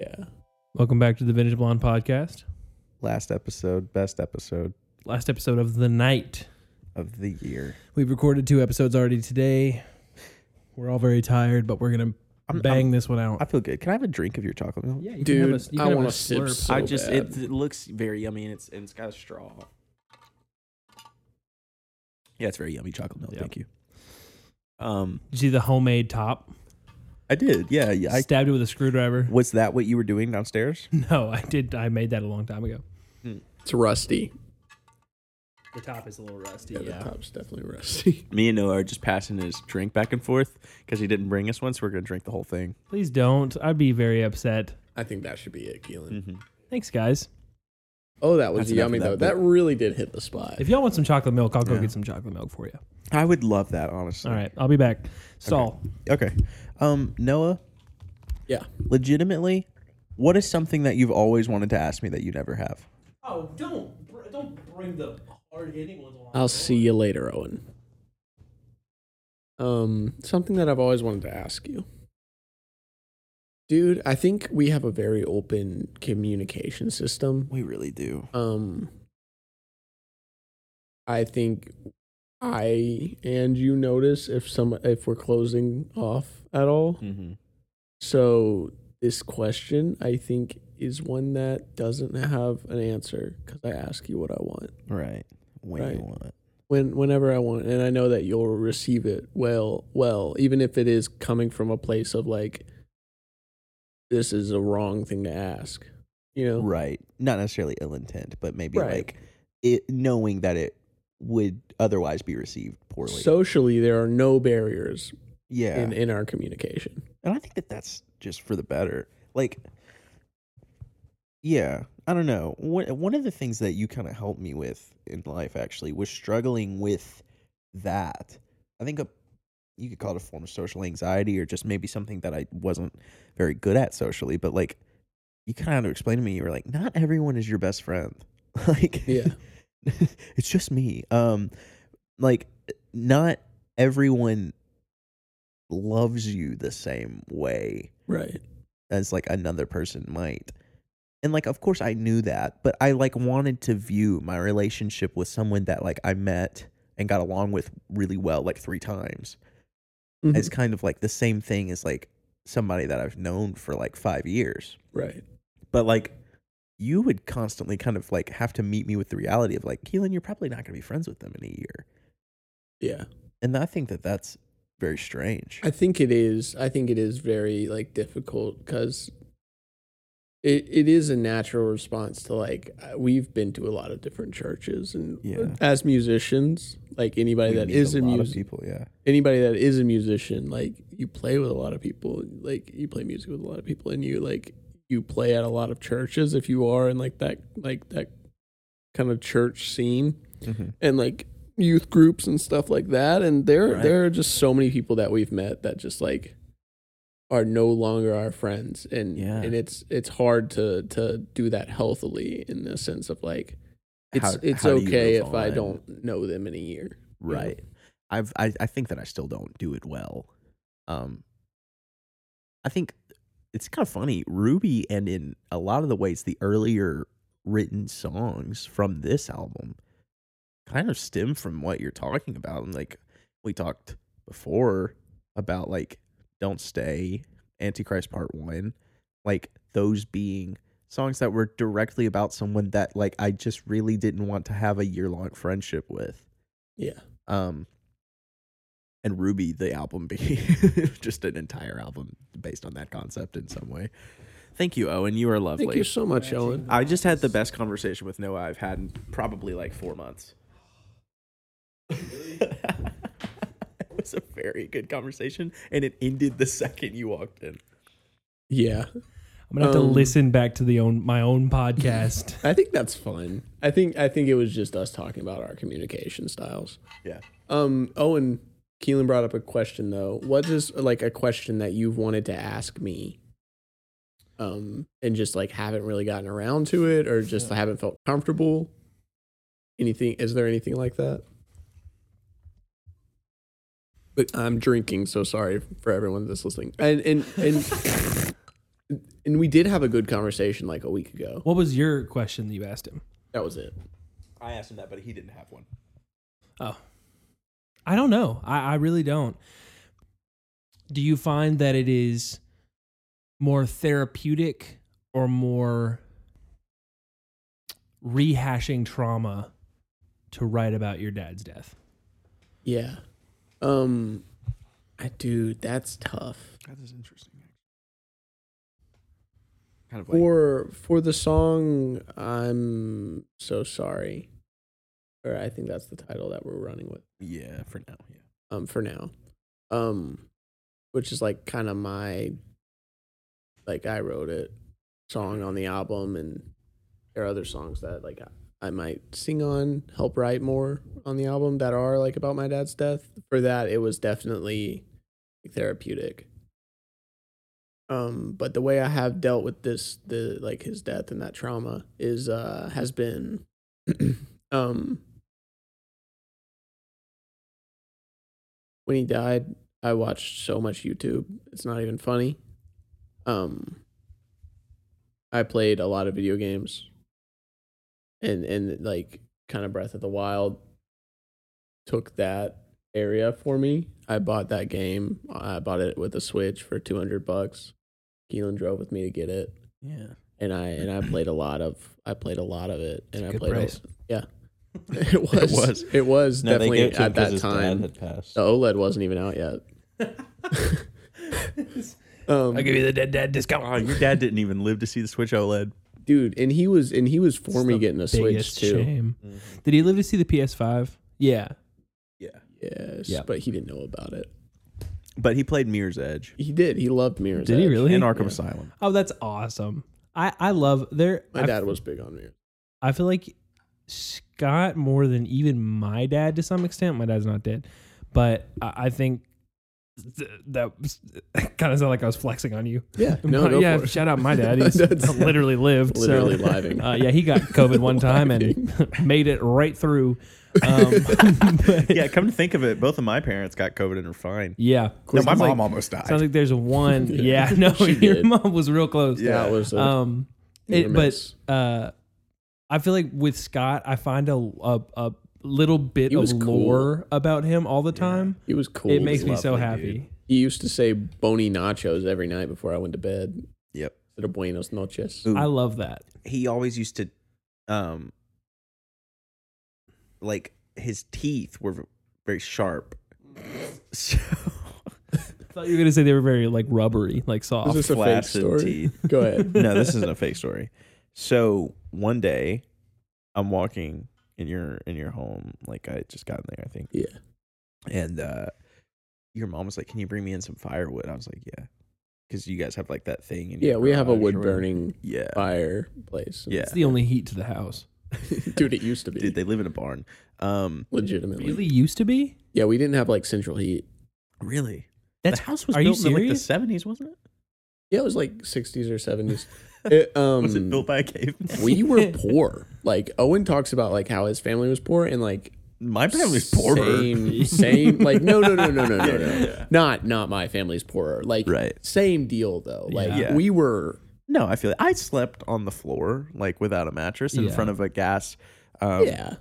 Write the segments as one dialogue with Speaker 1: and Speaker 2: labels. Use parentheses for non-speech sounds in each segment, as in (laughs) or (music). Speaker 1: Yeah. Welcome back to the Vintage Blonde podcast.
Speaker 2: Last episode, best episode
Speaker 1: Last episode of the night.
Speaker 2: of the year.
Speaker 1: We've recorded two episodes already today. We're all very tired, but we're gonna
Speaker 2: I'm-
Speaker 1: bang
Speaker 2: I'm-
Speaker 1: this one out.
Speaker 2: I feel good. Can I have a drink of your chocolate milk?
Speaker 1: yeah, you
Speaker 3: Dude,
Speaker 1: can have a, you
Speaker 3: I
Speaker 1: can have
Speaker 3: wanna
Speaker 1: a
Speaker 3: sip
Speaker 1: slurp.
Speaker 3: so
Speaker 2: I just
Speaker 3: bad.
Speaker 2: it, it looks very yummy and it's and it's got a straw. Yeah, it's very yummy chocolate milk.
Speaker 1: Yeah.
Speaker 2: Thank you. Um,
Speaker 1: You see the homemade top?
Speaker 2: I did. Yeah, yeah. I,
Speaker 1: Stabbed it with a screwdriver. (laughs)
Speaker 2: was that what you were doing downstairs?
Speaker 1: No, I did. I made that a long time ago.
Speaker 3: It's rusty.
Speaker 1: The top is a little rusty.
Speaker 3: Yeah, the top's definitely rusty. (laughs)
Speaker 2: Me and Noah are just passing his drink back and forth because he didn't bring us one, so we're gonna drink the whole thing.
Speaker 1: Please don't. I'd be very upset.
Speaker 3: I think that should be it, Keelan.
Speaker 1: Thanks, guys.
Speaker 3: Oh, that was
Speaker 2: That's enough
Speaker 3: yummy
Speaker 2: of
Speaker 3: though.
Speaker 2: that
Speaker 3: That really did hit the spot.
Speaker 1: If y'all want some chocolate milk, I'll go
Speaker 2: Yeah.
Speaker 1: get some chocolate milk for you.
Speaker 2: I would love that, honestly.
Speaker 1: All right, I'll be back. Saul,
Speaker 2: Okay. Um, Noah,
Speaker 3: yeah.
Speaker 2: legitimately, what is something that you've always wanted to ask me that you never have?
Speaker 1: Oh, don't br- don't bring the hard hitting ones on.
Speaker 3: I'll see you later, Owen. Um, something that I've always wanted to ask you. Dude, I think we have a very open communication system.
Speaker 2: We really do.
Speaker 3: Um I think I and you notice if some if we're closing off at all.
Speaker 2: Mm-hmm.
Speaker 3: So this question, I think, is one that doesn't have an answer because I ask you what I want
Speaker 2: Right. When
Speaker 3: Right.
Speaker 2: you want.
Speaker 3: when whenever I want, and I know that you'll receive it well, well, even if it is coming from a place of like, this is a wrong thing to ask, you know?
Speaker 2: Right. Not necessarily ill intent, but maybe
Speaker 3: Right.
Speaker 2: like it knowing that it would otherwise be received poorly.
Speaker 3: Socially, there are no barriers
Speaker 2: yeah.
Speaker 3: in in our communication.
Speaker 2: And I think that that's just for the better. Like, yeah, I don't know. One one of the things that you kind of helped me with in life actually was struggling with that. I think a, you could call it a form of social anxiety or just maybe something that I wasn't very good at socially. But like, you kind of had to explain to me, you were like, not everyone is your best friend. (laughs) like,
Speaker 3: Yeah,
Speaker 2: (laughs) it's just me. Um, like not everyone loves you the same way
Speaker 3: right.
Speaker 2: as like another person might. And like of course I knew that, but I like wanted to view my relationship with someone that like I met and got along with really well like 3 times
Speaker 3: Mhm.
Speaker 2: as kind of like the same thing as like somebody that I've known for like 5 years.
Speaker 3: right.
Speaker 2: But like you would constantly kind of like have to meet me with the reality of like Keelan, you're probably not going to be friends with them in a year.
Speaker 3: Yeah,
Speaker 2: And I think that that's very strange.
Speaker 3: I think it is. I think it is very like difficult because. It, it is a natural response to like uh, we've been to a lot of different churches and
Speaker 2: Yeah.
Speaker 3: as musicians like anybody
Speaker 2: We
Speaker 3: that
Speaker 2: meet
Speaker 3: is a,
Speaker 2: a lot
Speaker 3: musician.
Speaker 2: of people, yeah.
Speaker 3: anybody that is a musician, like you play with a lot of people, like you play music with a lot of people, and you like you play at a lot of churches if you are in like that like that kind of church scene
Speaker 2: Mm-hmm.
Speaker 3: and like youth groups and stuff like that. And there
Speaker 2: Right.
Speaker 3: there are just so many people that we've met that just like are no longer our friends, and
Speaker 2: Yeah.
Speaker 3: and it's it's hard to to do that healthily in the sense of like. It's
Speaker 2: How-
Speaker 3: it's
Speaker 2: how do you
Speaker 3: okay
Speaker 2: move
Speaker 3: if I
Speaker 2: on?
Speaker 3: don't know them in a year. you know?
Speaker 2: right i've I, I think that i still don't do it well um i think it's kind of funny ruby and in a lot of the ways the earlier written songs from this album kind of stem from what you're talking about and like we talked before about like don't stay antichrist part one like those being songs that were directly about someone that like i just really didn't want to have a year-long friendship with
Speaker 3: Yeah.
Speaker 2: um and ruby the album being (laughs) just an entire album based on that concept in some way thank you owen you are lovely
Speaker 3: Thank you so much, Ellen.
Speaker 2: i just had the best conversation with noah i've had in probably like four months (laughs) it was a very good conversation and it ended the second you walked in
Speaker 3: Yeah.
Speaker 1: I'm gonna have to
Speaker 3: Um,
Speaker 1: listen back to the own my own podcast. (laughs)
Speaker 3: I think that's fun. I think I think it was just us talking about our communication styles.
Speaker 2: yeah
Speaker 3: Um, Owen Keelan brought up a question though. What is like a question that you've wanted to ask me? Um, and just like haven't really gotten around to it or just haven't felt comfortable. Anything is there anything like that? (laughs) But I'm drinking, so sorry for everyone that's listening. And and and and we did have a good conversation like a week ago.
Speaker 1: What was your question that you asked him?
Speaker 3: That was it.
Speaker 2: I asked him that, but he didn't have one.
Speaker 1: Oh, I don't know. I, I really don't. Do you find that it is more therapeutic or more rehashing trauma to write about your dad's (laughs) death?
Speaker 3: Yeah. Um, I dude, that's tough.
Speaker 2: That is interesting. Kind of like
Speaker 3: For for the song, I'm so sorry, or I think that's the title that we're running with.
Speaker 2: yeah, for now. Yeah.
Speaker 3: um for now um which is like kind of my like i wrote it song on the album and there are other songs that like i, I might sing on help write more on the album that are like about my dad's death for that it was definitely therapeutic um but the way i have dealt with this the like his death and that trauma is uh has been (clears throat) um when he died, I watched so much YouTube. It's not even funny. Um, I played a lot of video games, and and like kind of Breath of the Wild took that area for me. I bought that game. I bought it with a Switch for two hundred bucks. Keelan drove with me to get it,
Speaker 2: Yeah.
Speaker 3: and I and I played a lot of I played a lot of it, and
Speaker 1: a
Speaker 3: I
Speaker 1: good
Speaker 3: played.
Speaker 1: price.
Speaker 3: A, yeah, (laughs) it was it was
Speaker 2: was.
Speaker 3: it was
Speaker 4: No,
Speaker 3: definitely
Speaker 4: they gave it to him
Speaker 3: at
Speaker 4: 'cause
Speaker 3: that
Speaker 4: his
Speaker 3: time.
Speaker 4: dad had passed.
Speaker 3: The OLED wasn't even out yet. um,
Speaker 1: you the dead dad discount.
Speaker 2: Oh, your dad didn't even live to see the Switch E OLED.
Speaker 3: dude, and he was and he was for me
Speaker 1: the
Speaker 3: getting a Switch too.
Speaker 1: Shame. Did he live to see the PS5? Yeah.
Speaker 2: Mm-hmm. Yeah.
Speaker 3: Yes,
Speaker 1: Yeah.
Speaker 3: but he didn't know about it.
Speaker 2: But he played Mirror's Edge
Speaker 3: He did. He loved Mirror's
Speaker 1: Did he
Speaker 3: Edge.
Speaker 1: really?
Speaker 2: and Arkham (laughs) Asylum.
Speaker 1: Oh, that's awesome. I I love there.
Speaker 3: My
Speaker 1: I
Speaker 3: dad was big on Mirror.
Speaker 1: I feel like Scott more than even my dad to some extent. My dad's not dead, but I, I think th- that (laughs) kind of sounded like I was flexing on you. (laughs)
Speaker 3: Yeah, no, go
Speaker 1: yeah.
Speaker 3: for it.
Speaker 1: Shout out my
Speaker 3: (laughs)
Speaker 1: dad. He's
Speaker 3: That's-
Speaker 1: (laughs) literally lived. (laughs)
Speaker 3: Literally
Speaker 1: so.
Speaker 3: living.
Speaker 1: Uh, yeah, he got COVID
Speaker 3: (laughs)
Speaker 1: one time and (laughs) made it right through. Um, (laughs) but-
Speaker 2: Yeah, come to think of it, both of my parents got COVID and are fine.
Speaker 1: yeah.
Speaker 2: No, my
Speaker 1: Sounds
Speaker 2: mom
Speaker 1: like,
Speaker 2: almost died.
Speaker 1: sounds like there's
Speaker 3: (laughs)
Speaker 1: one. Yeah, (laughs) no,
Speaker 3: She
Speaker 1: your
Speaker 3: did.
Speaker 1: mom was real close.
Speaker 2: Yeah.
Speaker 3: That was uh, a,
Speaker 1: Um,
Speaker 3: you
Speaker 1: it,
Speaker 3: were
Speaker 1: but
Speaker 3: miss.
Speaker 1: uh, I feel like with Scott, I find a a, a little bit
Speaker 3: He
Speaker 1: of
Speaker 3: was cool.
Speaker 1: lore about him all the time.
Speaker 3: he was cool.
Speaker 1: it makes me so
Speaker 2: lovely,
Speaker 1: happy.
Speaker 2: dude.
Speaker 3: He used to say bony nachos every night before I went to bed.
Speaker 2: Yep.
Speaker 3: Little buenos noches.
Speaker 2: Ooh.
Speaker 1: I love that.
Speaker 2: he always used to um like his teeth were very (laughs) sharp. So
Speaker 1: I thought you were gonna say they were very like rubbery, like
Speaker 3: Is
Speaker 1: soft.
Speaker 3: this a fake
Speaker 2: flaccid
Speaker 3: story?
Speaker 2: teeth.
Speaker 3: (laughs)
Speaker 1: (laughs)
Speaker 3: Go ahead.
Speaker 2: no, this
Speaker 3: (laughs)
Speaker 2: isn't a fake story. So one day, I'm walking in your in your home, like I had just got in there, I think,
Speaker 3: Yeah.
Speaker 2: and uh your mom was like, "Can you bring me in some firewood?" I was like, "Yeah," because you guys have like that thing. In your
Speaker 3: Yeah, we have a
Speaker 2: garage or
Speaker 3: wood
Speaker 2: whatever.
Speaker 3: burning
Speaker 2: Yeah,
Speaker 3: fireplace.
Speaker 2: yeah,
Speaker 1: It's the only heat to the house.
Speaker 3: (laughs) Dude, it used to be.
Speaker 2: dude, they live in a barn. Um,
Speaker 3: legitimately.
Speaker 1: Really used to be.
Speaker 3: Yeah, we didn't have like central heat.
Speaker 2: really,
Speaker 1: That's
Speaker 2: the house was
Speaker 1: are you
Speaker 2: built in like the
Speaker 1: serious?
Speaker 2: seventies, wasn't it?
Speaker 3: Yeah, it was like 60s
Speaker 2: (laughs)
Speaker 3: or 70s. It, um,
Speaker 2: was it built by a caveman?
Speaker 3: we were poor. Like Owen talks about like how his family was poor and like
Speaker 2: (laughs) My family's poorer. (laughs)
Speaker 3: Same, same. Like no, no, no, no, no, no, no. Not not my family's poorer. Like
Speaker 2: Right.
Speaker 3: same deal though. Like
Speaker 2: Yeah.
Speaker 3: we were.
Speaker 2: No, I feel it. I slept on the floor like without a mattress in
Speaker 1: Yeah.
Speaker 2: front of a gas. Um,
Speaker 3: yeah.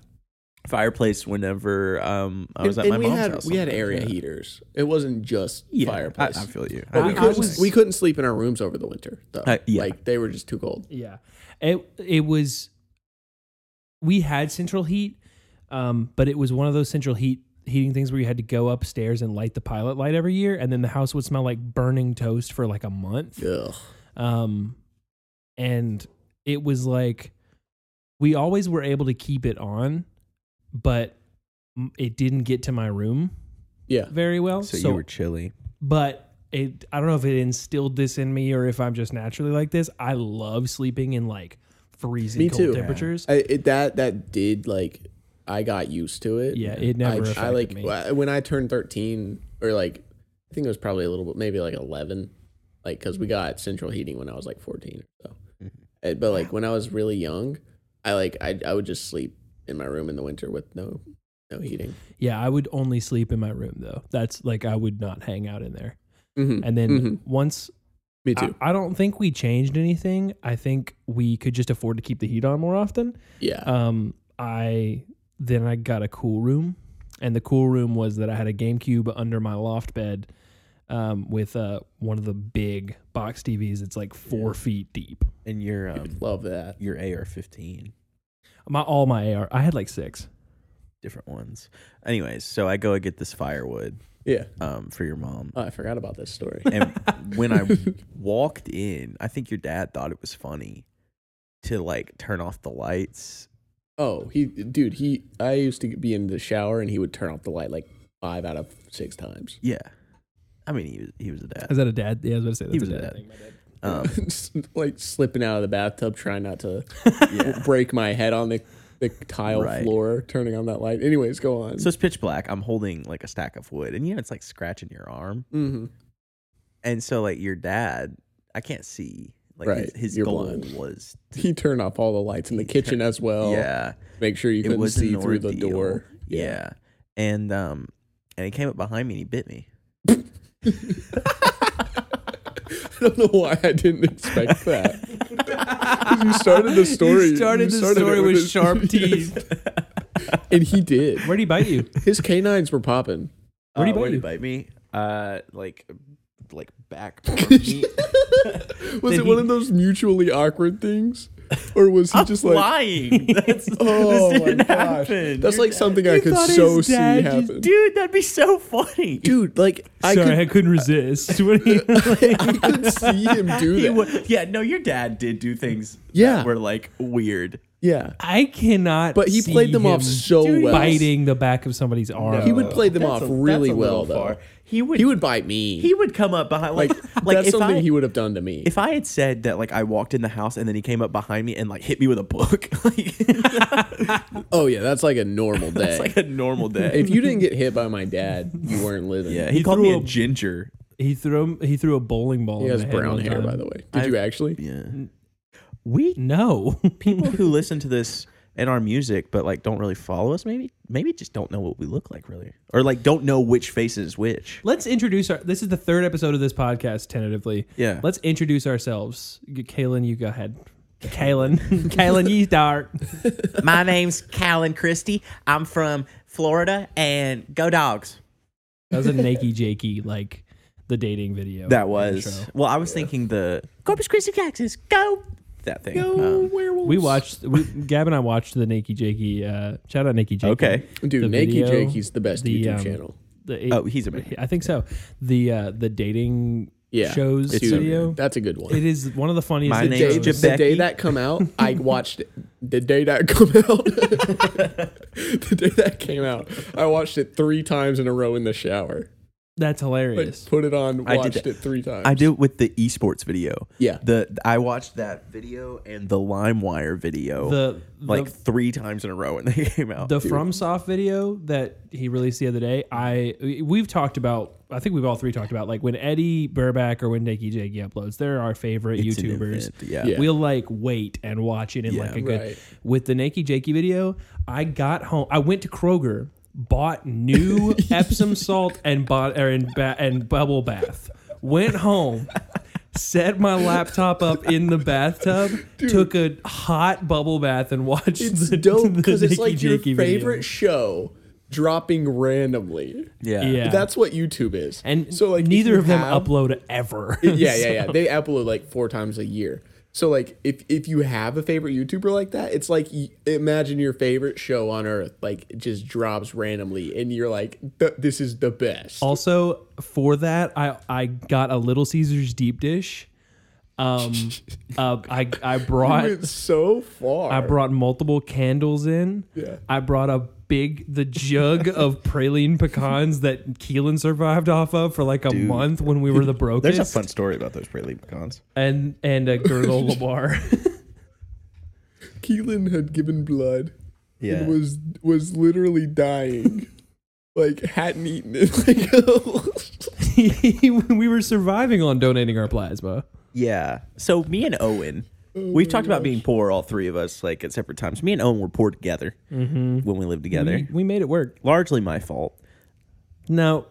Speaker 2: fireplace whenever um I was
Speaker 3: and,
Speaker 2: at my
Speaker 3: and we
Speaker 2: mom's
Speaker 3: had
Speaker 2: house.
Speaker 3: we had
Speaker 2: sometimes,
Speaker 3: area
Speaker 2: yeah.
Speaker 3: heaters. It wasn't just
Speaker 2: Yeah,
Speaker 3: fireplace.
Speaker 2: I, I feel you.
Speaker 3: But
Speaker 2: I
Speaker 3: we,
Speaker 2: know what
Speaker 1: I
Speaker 3: couldn't,
Speaker 2: you're
Speaker 1: was-
Speaker 2: saying.
Speaker 3: we couldn't sleep in our rooms over the winter though.
Speaker 2: Uh, yeah.
Speaker 3: Like they were just too cold.
Speaker 1: Yeah. It it was we had central heat, um, but it was one of those central heat heating things where you had to go upstairs and light the pilot light every year and then the house would smell like burning toast for like a month.
Speaker 3: Ugh.
Speaker 1: Um and it was like we always were able to keep it on, but m- it didn't get to my room
Speaker 3: Yeah.
Speaker 1: very well.
Speaker 2: so, you were chilly.
Speaker 1: but it I don't know if it instilled this in me or if I'm just naturally like this. I love sleeping in like freezing
Speaker 3: Me
Speaker 1: cold
Speaker 3: too.
Speaker 1: temperatures.
Speaker 3: I, it, that that did like I got used to it.
Speaker 1: Yeah, it never
Speaker 3: I, I
Speaker 1: affected
Speaker 3: like
Speaker 1: me.
Speaker 3: wh- when I turned thirteen or like I think it was probably a little bit maybe like eleven, like because we got central heating when I was like fourteen or so. Uh, But like when I was really young, I like I I would just sleep in my room in the winter with no no heating.
Speaker 1: Yeah, I would only sleep in my room though. That's like I would not hang out in there.
Speaker 3: Mm-hmm. Uh,
Speaker 1: And then once
Speaker 3: Me too.
Speaker 1: I, I don't think we changed anything. I think we could just afford to keep the heat on more often.
Speaker 3: yeah.
Speaker 1: Um, I then I got a cool room, and the cool room was that I had a GameCube under my loft bed, um, with uh one of the big box TVs that's like four feet deep.
Speaker 2: And your
Speaker 3: I
Speaker 2: um,
Speaker 3: would love that.
Speaker 2: your AR-15,
Speaker 1: My all my AR, I had like six.
Speaker 2: different ones. Anyways, so I go and get this firewood
Speaker 3: Yeah.
Speaker 2: um, for your mom.
Speaker 3: Oh, I forgot about this story. (laughs)
Speaker 2: and when I walked in, I think your dad thought it was funny to like turn off the lights.
Speaker 3: Oh, he, dude, he, I used to be in the shower and he would turn off the light like five out of six times.
Speaker 2: Yeah, I mean he was he was a dad.
Speaker 1: Is that a dad? Yeah, I was about to say
Speaker 2: He was
Speaker 1: that's a
Speaker 2: a dad.
Speaker 1: dad. thing. My dad.
Speaker 3: (laughs)
Speaker 2: Um,
Speaker 3: like slipping out of the bathtub, trying not to
Speaker 2: yeah.
Speaker 3: break my head on the, the tile
Speaker 2: Right.
Speaker 3: floor, turning on that light. Anyways, go on.
Speaker 2: So it's pitch black. I'm holding like a stack of wood, and you know it's like scratching your arm.
Speaker 3: mm-hmm.
Speaker 2: And so like your dad, I can't see. Like
Speaker 3: Right,
Speaker 2: his, his
Speaker 3: you're
Speaker 2: goal
Speaker 3: blind.
Speaker 2: was
Speaker 3: He turned off all the lights in the
Speaker 2: He
Speaker 3: kitchen as well.
Speaker 2: yeah.
Speaker 3: Make sure you
Speaker 2: it
Speaker 3: couldn't
Speaker 2: was an
Speaker 3: see through the
Speaker 2: ordeal.
Speaker 3: door. (laughs)
Speaker 2: Yeah. and um, and he came up behind me and he bit me.
Speaker 3: I don't know why I didn't expect that. 'Cause (laughs) you started the story.
Speaker 1: You started
Speaker 3: you
Speaker 1: the
Speaker 3: started
Speaker 1: story
Speaker 3: it
Speaker 1: with
Speaker 3: his-
Speaker 1: sharp
Speaker 3: (laughs) Yes.
Speaker 1: teeth.
Speaker 3: And he did.
Speaker 1: Where'd he bite you?
Speaker 3: His canines were popping.
Speaker 1: Where'd
Speaker 3: Oh,
Speaker 1: he bite
Speaker 2: where'd
Speaker 1: you?
Speaker 2: bite me? Uh, like, like
Speaker 3: (laughs)
Speaker 2: back. arm meat.
Speaker 3: Was
Speaker 1: Did
Speaker 3: it one
Speaker 1: he-
Speaker 3: of those mutually awkward things? Or was he just like, (laughs)
Speaker 2: lying. (laughs) That's,
Speaker 3: Oh
Speaker 2: this
Speaker 3: my
Speaker 2: didn't
Speaker 3: gosh.
Speaker 2: happen.
Speaker 3: that's
Speaker 2: Your
Speaker 3: like
Speaker 2: dad-
Speaker 3: something I
Speaker 1: You
Speaker 3: could
Speaker 1: thought his
Speaker 3: so see
Speaker 1: dad just
Speaker 3: happen?
Speaker 2: dude. That'd be so funny.
Speaker 3: Dude, like, I
Speaker 1: Sorry, (laughs)
Speaker 3: could,
Speaker 1: I couldn't resist. What do you-
Speaker 3: (laughs) I could see him do
Speaker 2: He
Speaker 3: that.
Speaker 2: wa- yeah, no, your dad did do things.
Speaker 3: Yeah.
Speaker 2: that were like weird.
Speaker 3: yeah.
Speaker 1: (laughs) I cannot.
Speaker 3: But he
Speaker 1: see
Speaker 3: played them off
Speaker 1: him
Speaker 3: so
Speaker 2: Dude,
Speaker 3: well.
Speaker 1: biting the back of somebody's arm.
Speaker 3: He would play them
Speaker 2: That's
Speaker 3: off
Speaker 2: a-
Speaker 3: really
Speaker 2: that's a
Speaker 3: well,
Speaker 2: little
Speaker 3: though.
Speaker 2: far. He would.
Speaker 3: He would bite me.
Speaker 2: He would come up behind like
Speaker 3: like,
Speaker 2: like
Speaker 3: that's
Speaker 2: if
Speaker 3: something
Speaker 2: I,
Speaker 3: he would have done to me.
Speaker 2: if I had said that like I walked in the house and then he came up behind me and like hit me with a book (laughs) like
Speaker 3: oh yeah, that's like a normal day.
Speaker 2: it's like a normal day.
Speaker 3: if you didn't get hit by my dad, you weren't living.
Speaker 2: Yeah,
Speaker 3: he,
Speaker 2: he, called me
Speaker 1: threw
Speaker 2: a
Speaker 1: a-
Speaker 2: ginger.
Speaker 1: He threw he threw a bowling ball. in
Speaker 3: has
Speaker 1: my head
Speaker 3: brown
Speaker 1: one
Speaker 3: hair,
Speaker 1: time.
Speaker 3: by the way. Did you actually?
Speaker 2: Yeah, we
Speaker 1: No,
Speaker 2: people who listen to this and our music but like don't really follow us maybe maybe just don't know what we look like really or like don't know which face is which
Speaker 1: (laughs) Let's introduce our. This is the third episode of this podcast, tentatively.
Speaker 2: Yeah.
Speaker 1: Let's introduce ourselves. G- Kalen, you go ahead. (laughs) Kalen, Kalen, you start.
Speaker 2: my name's callan christie i'm from florida and go dogs
Speaker 1: That was a nakey jakey like the dating video.
Speaker 2: that was well i was thinking the corpus christi texas go that thing Um,
Speaker 1: Uh,
Speaker 3: werewolves.
Speaker 1: We watched. We, Gab and I watched the nakey jakey. Uh, shout out nakey jakey.
Speaker 2: okay
Speaker 3: Dude,
Speaker 1: the
Speaker 3: Nakey
Speaker 1: video,
Speaker 3: Jake, he's the best
Speaker 1: the,
Speaker 3: YouTube
Speaker 1: um,
Speaker 3: channel.
Speaker 1: The-
Speaker 2: oh he's amazing
Speaker 1: I think so. The uh, the dating
Speaker 3: Yeah,
Speaker 1: shows
Speaker 3: it's so
Speaker 1: video.
Speaker 3: good. That's a good one.
Speaker 1: it is one of the funniest.
Speaker 2: My
Speaker 1: videos.
Speaker 2: name's
Speaker 3: day,
Speaker 2: Jabez.
Speaker 3: the day that
Speaker 1: (laughs)
Speaker 3: come out, I watched it. The day that come out, (laughs) the day that came out, I watched it three times in a row in the shower.
Speaker 1: That's
Speaker 3: Like,
Speaker 1: hilarious.
Speaker 3: put it on,
Speaker 2: I did
Speaker 3: watched
Speaker 2: that.
Speaker 3: it three times.
Speaker 2: I do it with the esports video.
Speaker 3: Yeah.
Speaker 2: The I watched that video and the LimeWire video
Speaker 1: The-
Speaker 2: like
Speaker 1: the-
Speaker 2: three times in a row when they (laughs) came out.
Speaker 1: the FromSoft video that he released the other day, I we've talked about. I think we've all three talked about like when Eddie Burback or when Nikki Jakey uploads, they're our favorite
Speaker 2: It's an
Speaker 1: YouTubers.
Speaker 2: event, yeah.
Speaker 3: Yeah.
Speaker 1: we'll like wait and watch it in like a good.
Speaker 3: Right.
Speaker 1: With the Nikki Jakey video, I got home. I went to Kroger,
Speaker 2: (laughs)
Speaker 1: bought new Epsom salt and bought or and, ba- and bubble bath. Went home. Set my laptop up in the bathtub, took a hot bubble bath, and watched
Speaker 3: It's
Speaker 1: the,
Speaker 3: dope
Speaker 1: the
Speaker 3: because it's
Speaker 1: Nikki
Speaker 3: like your
Speaker 1: Jakey video.
Speaker 3: favorite show dropping randomly.
Speaker 2: yeah.
Speaker 1: Yeah.
Speaker 3: That's what YouTube is.
Speaker 1: And
Speaker 3: so like if
Speaker 1: neither
Speaker 3: you
Speaker 1: of them
Speaker 3: have-
Speaker 1: upload ever. (laughs)
Speaker 3: (laughs) Yeah, yeah, yeah. They upload like four times a year. So like if if you have a favorite YouTuber like that, it's like y- imagine your favorite show on earth like it just drops randomly and you're like "Th- this is the best.
Speaker 1: also, for that, I I got a Little Caesars deep dish.
Speaker 3: (laughs)
Speaker 1: Um, uh, I I brought
Speaker 3: (laughs) It's so far.
Speaker 1: I brought multiple candles in.
Speaker 3: Yeah.
Speaker 1: I brought a big the jug
Speaker 3: (laughs)
Speaker 1: of praline pecans that Keelan survived off of for like a month when we were the brokest.
Speaker 2: story about those Braley pecans.
Speaker 1: and and a
Speaker 3: (laughs)
Speaker 1: granola (laughs) bar.
Speaker 3: Keelan had given blood.
Speaker 2: Yeah.
Speaker 3: And was was literally dying. (laughs) like hadn't eaten (laughs) it. Like
Speaker 1: we were surviving on donating our plasma.
Speaker 2: Yeah. So me and Owen, we've talked about being poor, all three of us, like at separate times. Me and Owen were poor together
Speaker 1: Mm-hmm.
Speaker 2: when we lived together.
Speaker 1: We, we made it work.
Speaker 2: (laughs) Largely my fault.
Speaker 1: No,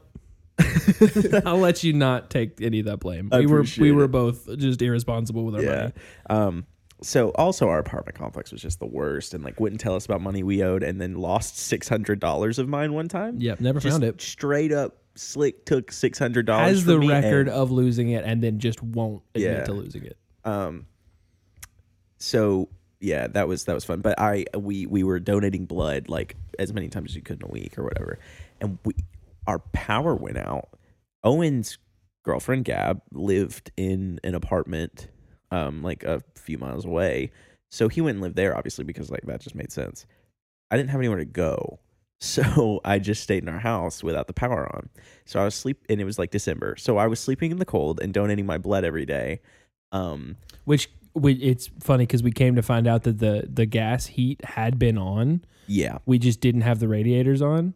Speaker 1: I'll let you not take any of that blame.
Speaker 2: I
Speaker 1: we were we
Speaker 2: appreciate
Speaker 1: were
Speaker 2: it.
Speaker 1: both just irresponsible with our
Speaker 2: yeah.
Speaker 1: money.
Speaker 2: Um, so also our apartment complex was just the worst, and like wouldn't tell us about money we owed, and then lost six hundred dollars of mine one time.
Speaker 1: Yep, never
Speaker 2: Just
Speaker 1: found it.
Speaker 2: Straight up, slick took six hundred dollars.
Speaker 1: Has the record of losing it and then just won't admit
Speaker 2: Yeah.
Speaker 1: to losing it.
Speaker 2: um so yeah that was that was fun but i we we were donating blood like as many times as you could in a week or whatever and we our power went out owen's girlfriend gab lived in an apartment um like a few miles away so he went and lived there obviously because like that just made sense i didn't have anywhere to go (laughs) so i just stayed in our house without the power on so i was sleep and it was like december so i was sleeping in the cold and donating my blood every day um
Speaker 1: Which we, it's funny because we came to find out that the the gas heat had been on.
Speaker 2: Yeah.
Speaker 1: We just didn't have the radiators on.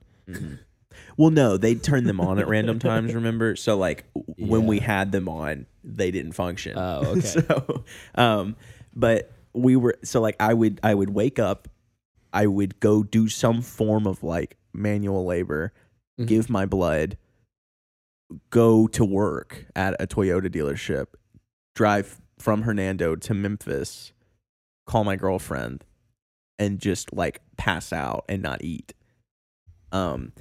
Speaker 2: Well, no, they turned them on at random times. Remember, so like w- when we had them on, they didn't function. (laughs)
Speaker 1: Oh, (laughs) okay.
Speaker 2: so, um, but we were so like I would I would wake up, I would go do some form of like manual labor,
Speaker 1: Mm-hmm.
Speaker 3: Mhm.
Speaker 2: give my blood, go to work at a Toyota dealership, drive from Hernando to Memphis, call my girlfriend, and just like pass out and not eat. Um,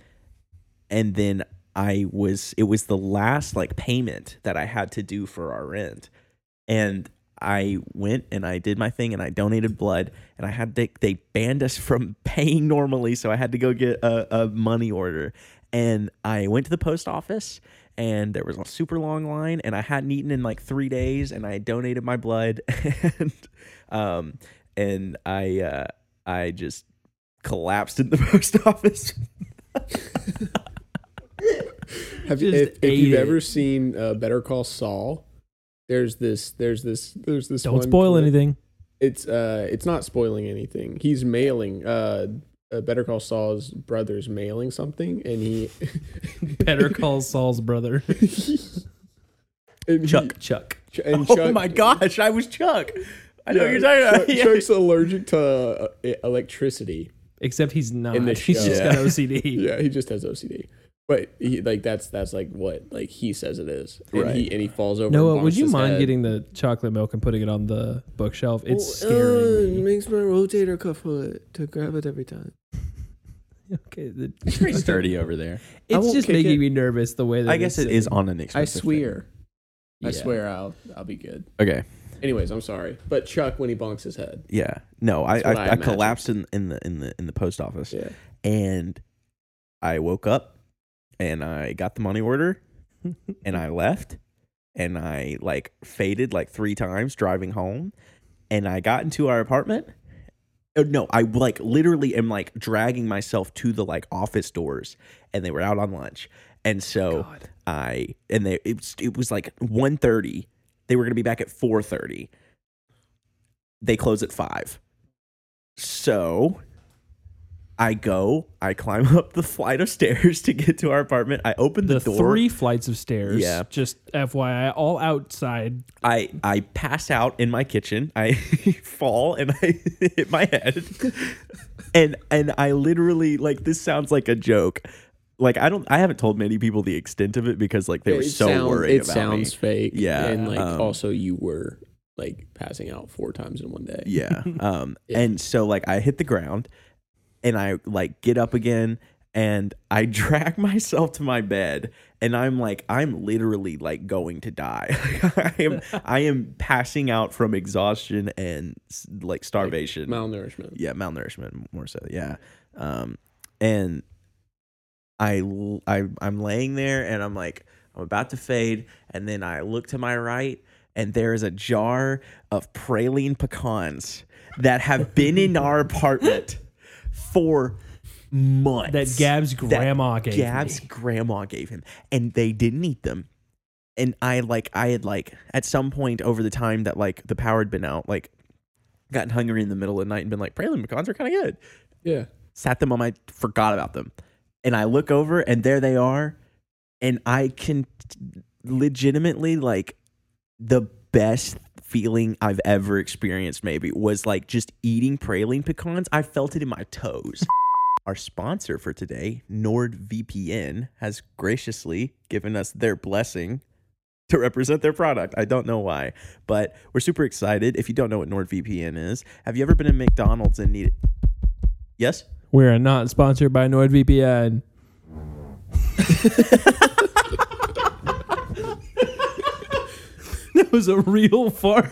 Speaker 2: and then I was it was the last like payment that I had to do for our rent, and I went and I did my thing and I donated blood and I had they they banned us (laughs) from paying normally, so I had to go get a, a money order, and I went to the post office and there was a super long line and I hadn't eaten in like three days and I donated my blood (laughs) and um and I uh I just collapsed in the (laughs) post office.
Speaker 3: Have you,
Speaker 1: Just
Speaker 3: if, if you've
Speaker 1: ate it.
Speaker 3: ever seen uh, Better Call Saul, there's this, there's this, there's this.
Speaker 1: Don't
Speaker 3: one
Speaker 1: spoil
Speaker 3: where-
Speaker 1: anything.
Speaker 3: It's uh, it's not spoiling anything. He's mailing uh, uh Better Call Saul's brother's mailing something, and he,
Speaker 1: Better call Saul's brother.
Speaker 3: and he-
Speaker 2: Chuck.
Speaker 1: Chuck.
Speaker 3: Ch-
Speaker 2: (laughs)
Speaker 3: and
Speaker 2: Oh
Speaker 3: Chuck,
Speaker 2: my gosh, I was Chuck. I know what you're talking
Speaker 3: Chuck-
Speaker 2: about. (laughs) Yeah.
Speaker 3: Chuck's allergic to uh, e- electricity.
Speaker 1: Except he's not.
Speaker 3: In the
Speaker 1: he's just
Speaker 2: show.
Speaker 1: got OCD.
Speaker 3: Yeah, he just has OCD. But he, like that's that's like what like he says it is, and
Speaker 2: Right.
Speaker 3: he and he falls over.
Speaker 1: Noah,
Speaker 3: and
Speaker 1: would
Speaker 3: bonks
Speaker 1: you
Speaker 3: his
Speaker 1: mind
Speaker 3: head.
Speaker 1: getting the chocolate milk and putting it on the bookshelf? It's
Speaker 4: Well, uh,
Speaker 1: scaring
Speaker 4: It
Speaker 1: (laughs) me.
Speaker 4: makes my rotator cuff hurt to grab it every time.
Speaker 1: Okay, the-
Speaker 2: He's pretty sturdy over there.
Speaker 4: I
Speaker 1: it's
Speaker 4: won't
Speaker 1: just
Speaker 4: kick
Speaker 1: making
Speaker 4: it.
Speaker 1: me nervous the way that
Speaker 2: I guess it
Speaker 1: it's
Speaker 2: is
Speaker 1: sitting.
Speaker 2: on an
Speaker 3: I
Speaker 2: expensive.
Speaker 3: swear, I
Speaker 1: Yeah.
Speaker 3: swear, I'll I'll be good.
Speaker 2: thing. Okay.
Speaker 3: Anyways, I'm sorry, but Chuck when he bonks his head,
Speaker 2: Yeah. No, I,
Speaker 3: That's what
Speaker 2: I,
Speaker 3: I
Speaker 2: I,
Speaker 3: imagined.
Speaker 2: collapsed in, in the in the in the post office
Speaker 3: yeah,
Speaker 2: and I woke up and I got the money order and I left and I like faded like three times driving home and I got into our apartment. Oh, no, I like literally am like dragging myself to the like office doors and they were out on lunch. And so
Speaker 1: God.
Speaker 2: I and they it was, it was like 1:30. They were going to be back at 4:30. They close at 5. So I go, I climb (laughs) up the flight of stairs to get to our apartment. I open the,
Speaker 1: the
Speaker 2: door.
Speaker 1: three flights of stairs.
Speaker 2: Yeah.
Speaker 1: Just FYI, all outside.
Speaker 2: I I pass out in my kitchen. I (laughs) fall and I (laughs) hit my head. and and I literally like this sounds like a joke. Like I don't I haven't told many people the extent of it because like they were
Speaker 3: It
Speaker 2: so
Speaker 3: sounds-
Speaker 2: worried
Speaker 3: It
Speaker 2: about
Speaker 3: sounds
Speaker 2: me.
Speaker 3: fake,
Speaker 2: Yeah,
Speaker 3: and like
Speaker 2: um,
Speaker 3: also you were like passing out four times in one day. (laughs)
Speaker 2: Yeah. Um
Speaker 3: Yeah.
Speaker 2: and so like I hit the ground and I like get up again and I (laughs) drag myself to my bed and I'm like I'm literally like going to die. (laughs) I
Speaker 3: (laughs)
Speaker 2: am I am passing out from exhaustion and s- like starvation.
Speaker 3: malnourishment.
Speaker 2: yeah malnourishment more so yeah um and I, l- I i'm laying there and i'm like i'm about to fade and then i look to my right and there is a jar of praline pecans that have been in our apartment for months
Speaker 1: That Gab's grandma gave
Speaker 2: Gab's
Speaker 1: me.
Speaker 2: grandma gave him, and they didn't eat them. And I like I had like at some point over the time that like the power had been out, like gotten hungry in the middle of the night and been like, praline pecans are kind of good.
Speaker 3: Yeah,
Speaker 2: Sat them on my forgot about them, and I look over and there they are, and I can legitimately like the best feeling I've ever experienced. Maybe was like just eating praline pecans. I felt it in my toes. (laughs) Our sponsor for today, NordVPN, has graciously given us their blessing to represent their product. I don't know why, but we're super excited. If you don't know what NordVPN is, have you ever been in McDonald's and need Yes?
Speaker 1: We are not sponsored by NordVPN. (laughs) that was a real fart. (laughs)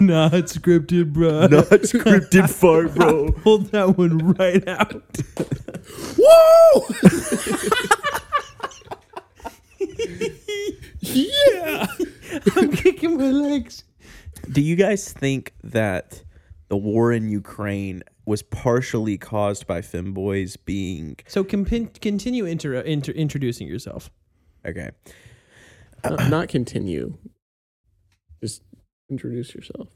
Speaker 1: not scripted, bro.
Speaker 2: Not scripted (laughs) fart, bro.
Speaker 1: Pulled that one right out.
Speaker 3: Whoa! yeah.
Speaker 1: I'm kicking my legs.
Speaker 2: Do you guys think that the war in Ukraine was partially caused by femboys being
Speaker 1: So compen- continue inter- inter- introducing yourself.
Speaker 2: okay?
Speaker 3: Not,
Speaker 2: (clears throat)
Speaker 3: not continue. Just introduce yourself.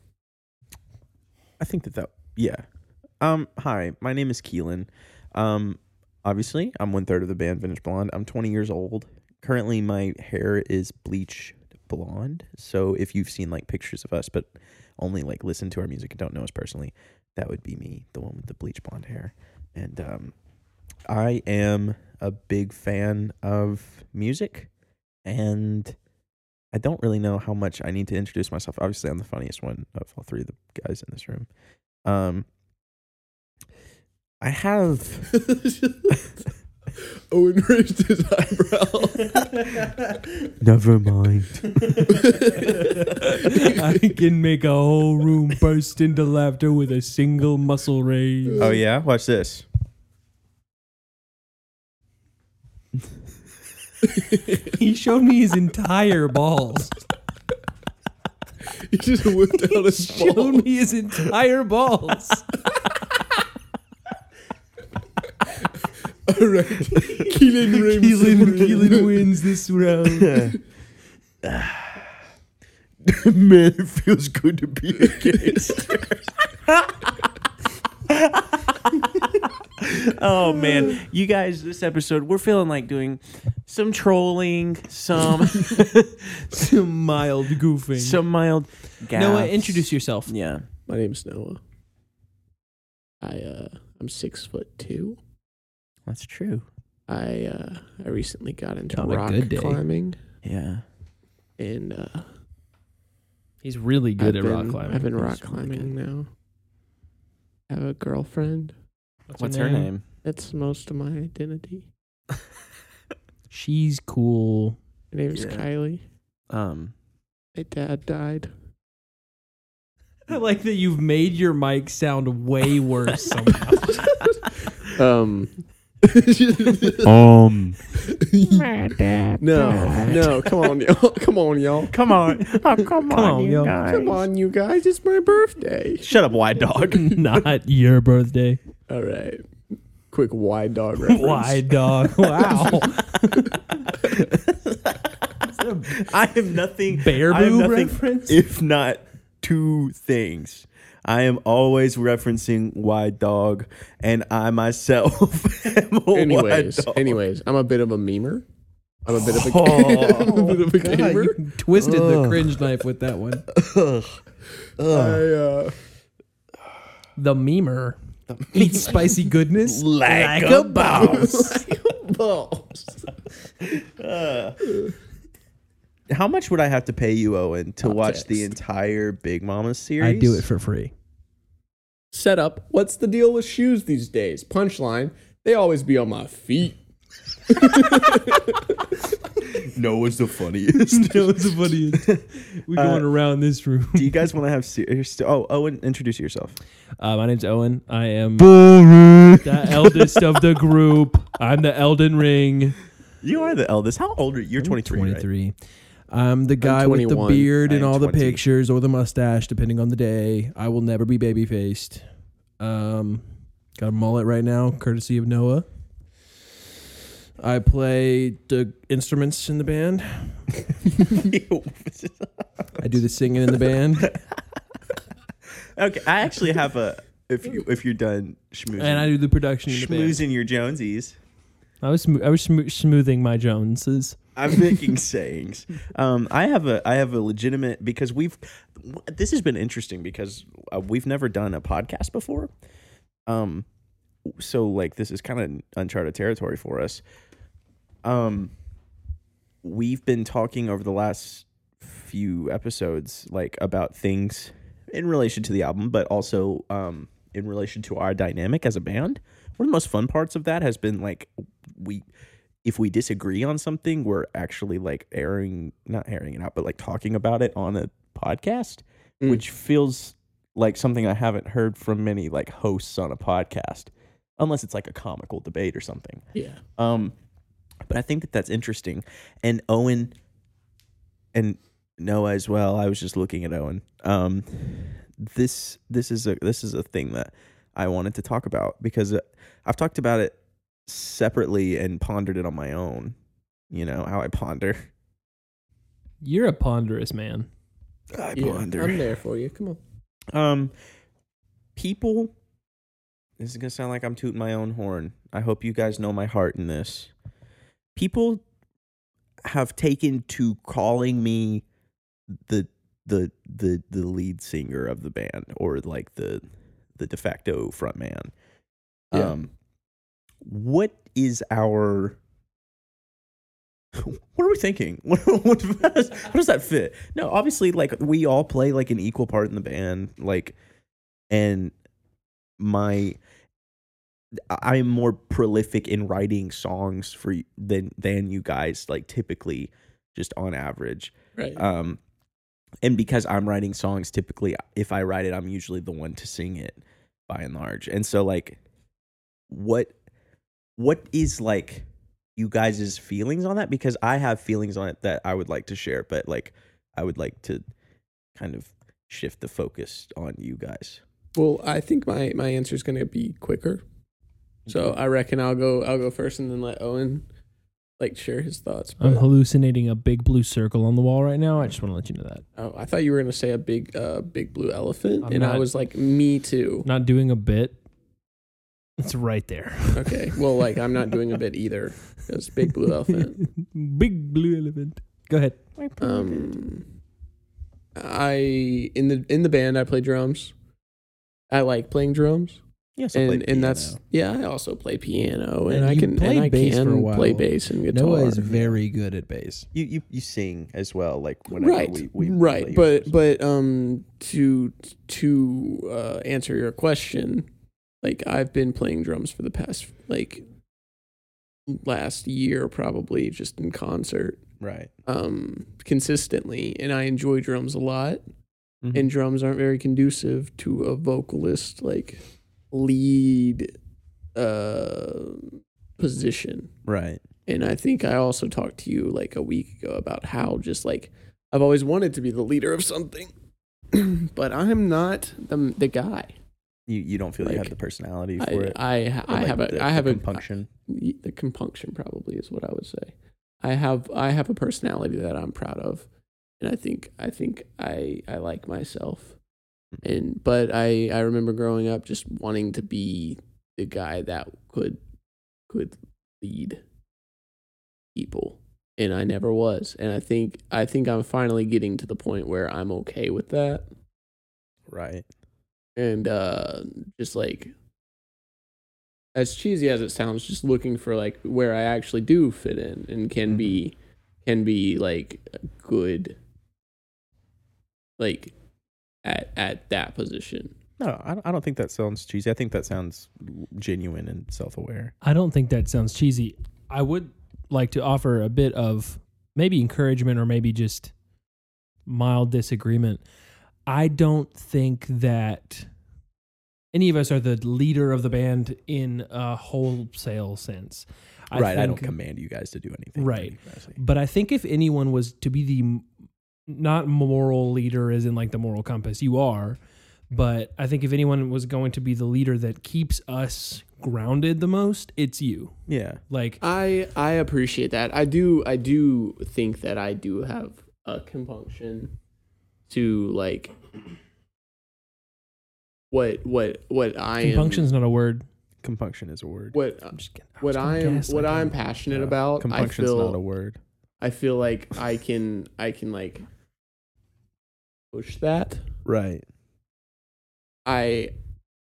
Speaker 2: I think that that yeah. Um, hi, my name is Keelan. Um, obviously, I'm one third of the band Vintage Blonde. I'm 20 years old. Currently, my hair is bleached blonde. So if you've seen like pictures of us, but only like listen to our music and don't know us personally, that would be me, the one with the bleach blonde hair. And um, I am a big fan of music, and I don't really know how much I need to introduce myself. Obviously, I'm the funniest one of all three of the guys in this room. Um, I have Oh,
Speaker 3: Owen
Speaker 2: (laughs)
Speaker 3: raised his eyebrow.
Speaker 2: never mind.
Speaker 1: (laughs) I can make a whole room burst into laughter with a single muscle raise.
Speaker 2: Oh yeah, watch this.
Speaker 1: He showed me his entire balls.
Speaker 3: he just (laughs) whipped out his
Speaker 1: (laughs)
Speaker 3: ball.
Speaker 1: Showed me his entire (laughs) balls.
Speaker 3: All right. (laughs) Keelan rims.
Speaker 1: Keelan, (laughs) Keelan wins this (laughs) round.
Speaker 2: (laughs) Man, it feels good to be a gangster. oh man, you guys, this episode we're feeling like doing some trolling, (laughs) some
Speaker 1: Some mild goofing.
Speaker 2: some mild. Gaffes.
Speaker 1: Noah, introduce yourself.
Speaker 2: Yeah,
Speaker 3: My name's Noah. I uh I'm six foot two.
Speaker 2: that's true.
Speaker 3: I uh I recently got into
Speaker 1: On a
Speaker 3: rock
Speaker 1: good day.
Speaker 3: climbing
Speaker 2: Yeah,
Speaker 3: and uh
Speaker 1: He's really good
Speaker 3: I've
Speaker 1: at
Speaker 3: been,
Speaker 1: rock climbing.
Speaker 3: I've been rock
Speaker 2: That's really good.
Speaker 3: climbing now. I have a girlfriend.
Speaker 2: what's her name?
Speaker 3: That's most of my identity.
Speaker 1: She's cool.
Speaker 3: Her name is
Speaker 2: Yeah.
Speaker 3: Kylie.
Speaker 2: Um,
Speaker 3: My dad died.
Speaker 1: I like that you've made your mic sound way worse (laughs) somehow.
Speaker 3: Um
Speaker 2: um,
Speaker 3: No, (laughs) no, come on, y'all. Come on, y'all.
Speaker 2: come on, (laughs) oh, come
Speaker 1: on, yo.
Speaker 3: Come on, you guys. It's my birthday.
Speaker 2: Shut up, wide (laughs) dog.
Speaker 1: Not your birthday.
Speaker 3: All right. Quick wide dog reference.
Speaker 1: Why, (laughs) dog? Wow.
Speaker 2: I am nothing.
Speaker 1: Bear
Speaker 2: I am
Speaker 1: boo
Speaker 2: nothing
Speaker 1: reference?
Speaker 2: if not two things. I am always referencing Wide Dog, and I myself (laughs) am a
Speaker 3: Anyways,
Speaker 2: Wide Dog.
Speaker 3: anyways, I'm a bit of a memer. I'm a bit of a, (laughs)
Speaker 2: Oh,
Speaker 3: a bit of a
Speaker 1: (laughs)
Speaker 3: gamer.
Speaker 1: You twisted the cringe knife with that one.
Speaker 3: I, uh,
Speaker 1: The memer. Eat spicy goodness.
Speaker 2: like a boss. How much would I have to pay you, Owen, to watch the entire Big Mama series?
Speaker 1: I do it for free.
Speaker 3: Set up. What's the deal with shoes these days? Punchline. They always be on my feet.
Speaker 2: (laughs) No, it's the funniest.
Speaker 1: (laughs) that was the funniest. We're going around this room.
Speaker 2: do you guys want to have serious? Oh, Owen, introduce yourself.
Speaker 1: (laughs) Uh, my name's Owen. I am the eldest of the group. I'm the Elden Ring.
Speaker 2: You are the eldest. How old are you? You're 23. right?
Speaker 1: 23. I'm Um, the guy with the
Speaker 3: 21.
Speaker 1: beard and
Speaker 2: I'm
Speaker 1: all the
Speaker 2: 20.
Speaker 1: pictures or the mustache, depending on the day. I will never be baby faced. Um, got a mullet right now, courtesy of Noah. I play the instruments in the band.
Speaker 2: (laughs)
Speaker 1: I do the singing in the band,
Speaker 2: okay, I actually have a. If you if you're done schmoozing,
Speaker 1: and I do the production in the band.
Speaker 2: schmoozing your Jonesies,
Speaker 1: I was smo- I was smo- smoothing my Joneses.
Speaker 2: I'm making sayings. Um, I have a I have a legitimate because we've this has been interesting because uh, we've never done a podcast before. Um, so like this is kind of uncharted territory for us. Um, we've been talking over the last few episodes like about things in relation to the album, but also um in relation to our dynamic as a band. One of the most fun parts of that has been like we if we disagree on something, we're actually like airing not airing it out, but like talking about it on a podcast,
Speaker 3: Mm.
Speaker 2: which feels like something I haven't heard from many like hosts on a podcast, unless it's like a comical debate or something.
Speaker 3: (laughs) Yeah.
Speaker 2: Um, but I think that that's interesting. And Owen and Noah as well. I was just looking at Owen. Um, this this is a this is a thing that I wanted to talk about because uh, I've talked about it separately and pondered it on my own. You know how I ponder.
Speaker 1: You're a ponderous man.
Speaker 2: I
Speaker 3: yeah. I'm there for you. Come on.
Speaker 2: Um, people. This is gonna sound like I'm tooting my own horn. I hope you guys know my heart in this. People have taken to calling me the the the the lead singer of the band or like the the de facto frontman.
Speaker 3: Yeah.
Speaker 2: Um, what is our (laughs) what are we thinking? (laughs) What, what, what does, how does that fit? No, obviously, like we all play like an equal part in the band, like, and my I- I'm more prolific in writing songs for you than than you guys, like typically, just on average.
Speaker 3: Right.
Speaker 2: Um, and because I'm writing songs, typically, if I write it, I'm usually the one to sing it by and large. And so, like, what what is like you guys' feelings on that? Because I have feelings on it that I would like to share, but like, I would like to kind of shift the focus on you guys.
Speaker 3: Well, I think my my answer is going to be quicker. So I reckon I'll go I'll go first and then let Owen like share his thoughts.
Speaker 1: I'm
Speaker 3: but-
Speaker 1: hallucinating a big blue circle on the wall right now. I just want to let you know that.
Speaker 3: oh, I thought you were going to say a big uh big blue elephant
Speaker 1: I'm
Speaker 3: and I
Speaker 1: not-
Speaker 3: was like me too.
Speaker 1: Not doing a bit. It's right there.
Speaker 3: Okay. Well, like I'm not doing a bit either. It's big blue elephant.
Speaker 1: (laughs) big blue elephant. Go ahead.
Speaker 3: Um I in the in the band I play drums. I like playing drums.
Speaker 2: Yes,
Speaker 3: and and that's yeah, I also play piano and,
Speaker 5: And
Speaker 3: I
Speaker 5: you
Speaker 3: can and
Speaker 5: played
Speaker 3: I
Speaker 5: bass for a
Speaker 3: can
Speaker 5: while.
Speaker 3: play bass and guitar.
Speaker 5: Noah is very good at bass.
Speaker 2: you, you. You sing as well, like whenever
Speaker 3: right
Speaker 2: we, we play
Speaker 3: right
Speaker 2: your
Speaker 3: but
Speaker 2: songs.
Speaker 3: but um to to uh answer your question like i've been playing drums for the past like last year probably just in concert
Speaker 2: right.
Speaker 3: um consistently and i enjoy drums a lot
Speaker 2: Mhm.
Speaker 3: and drums aren't very conducive to a vocalist like lead uh position
Speaker 2: right,
Speaker 3: and I think I also talked to you like a week ago about how just like I've always wanted to be the leader of something, (clears throat) but I'm not the the guy.
Speaker 2: you you don't feel you
Speaker 3: Like,
Speaker 2: have the personality for
Speaker 3: I
Speaker 2: it.
Speaker 3: I,
Speaker 2: Or,
Speaker 3: I
Speaker 2: like,
Speaker 3: have a
Speaker 2: the-
Speaker 3: I
Speaker 2: the
Speaker 3: have a
Speaker 2: compunction.
Speaker 3: the compunction probably is what I would say. I have I have a personality that I'm proud of, and I think I think I I like myself, and but I I remember growing up just wanting to be the guy that could could lead people, and I never was, and I think I think I'm finally getting to the point where I'm okay with that
Speaker 2: right.
Speaker 3: and uh just like as cheesy as it sounds just looking for like where i actually do fit in and can be can be like good like at at that position
Speaker 2: No, I don't- I don't think that sounds cheesy. I think that sounds genuine and self-aware.
Speaker 1: I don't think that sounds cheesy. I would like to offer a bit of maybe encouragement or maybe just mild disagreement. I don't think that any of us are the leader of the band in a wholesale sense.
Speaker 2: right. I don't
Speaker 1: think-
Speaker 2: command you guys to do anything.
Speaker 1: Right.
Speaker 2: exactly.
Speaker 1: But I think if anyone was to be the m- not moral leader, as in like the moral compass, you are. But I think if anyone was going to be the leader that keeps us grounded the most, it's you.
Speaker 2: Yeah.
Speaker 1: Like
Speaker 3: i i appreciate that i do i do think that i do have a compunction to like what what what i am
Speaker 1: compunction's not a word.
Speaker 2: Compunction is a word.
Speaker 3: what
Speaker 1: I'm just kidding.
Speaker 3: what I am what I'm passionate
Speaker 2: Yeah.
Speaker 3: about. I
Speaker 2: Compunction's
Speaker 3: feel
Speaker 2: not a word.
Speaker 3: I feel like I can I can like push that.
Speaker 2: Right.
Speaker 3: I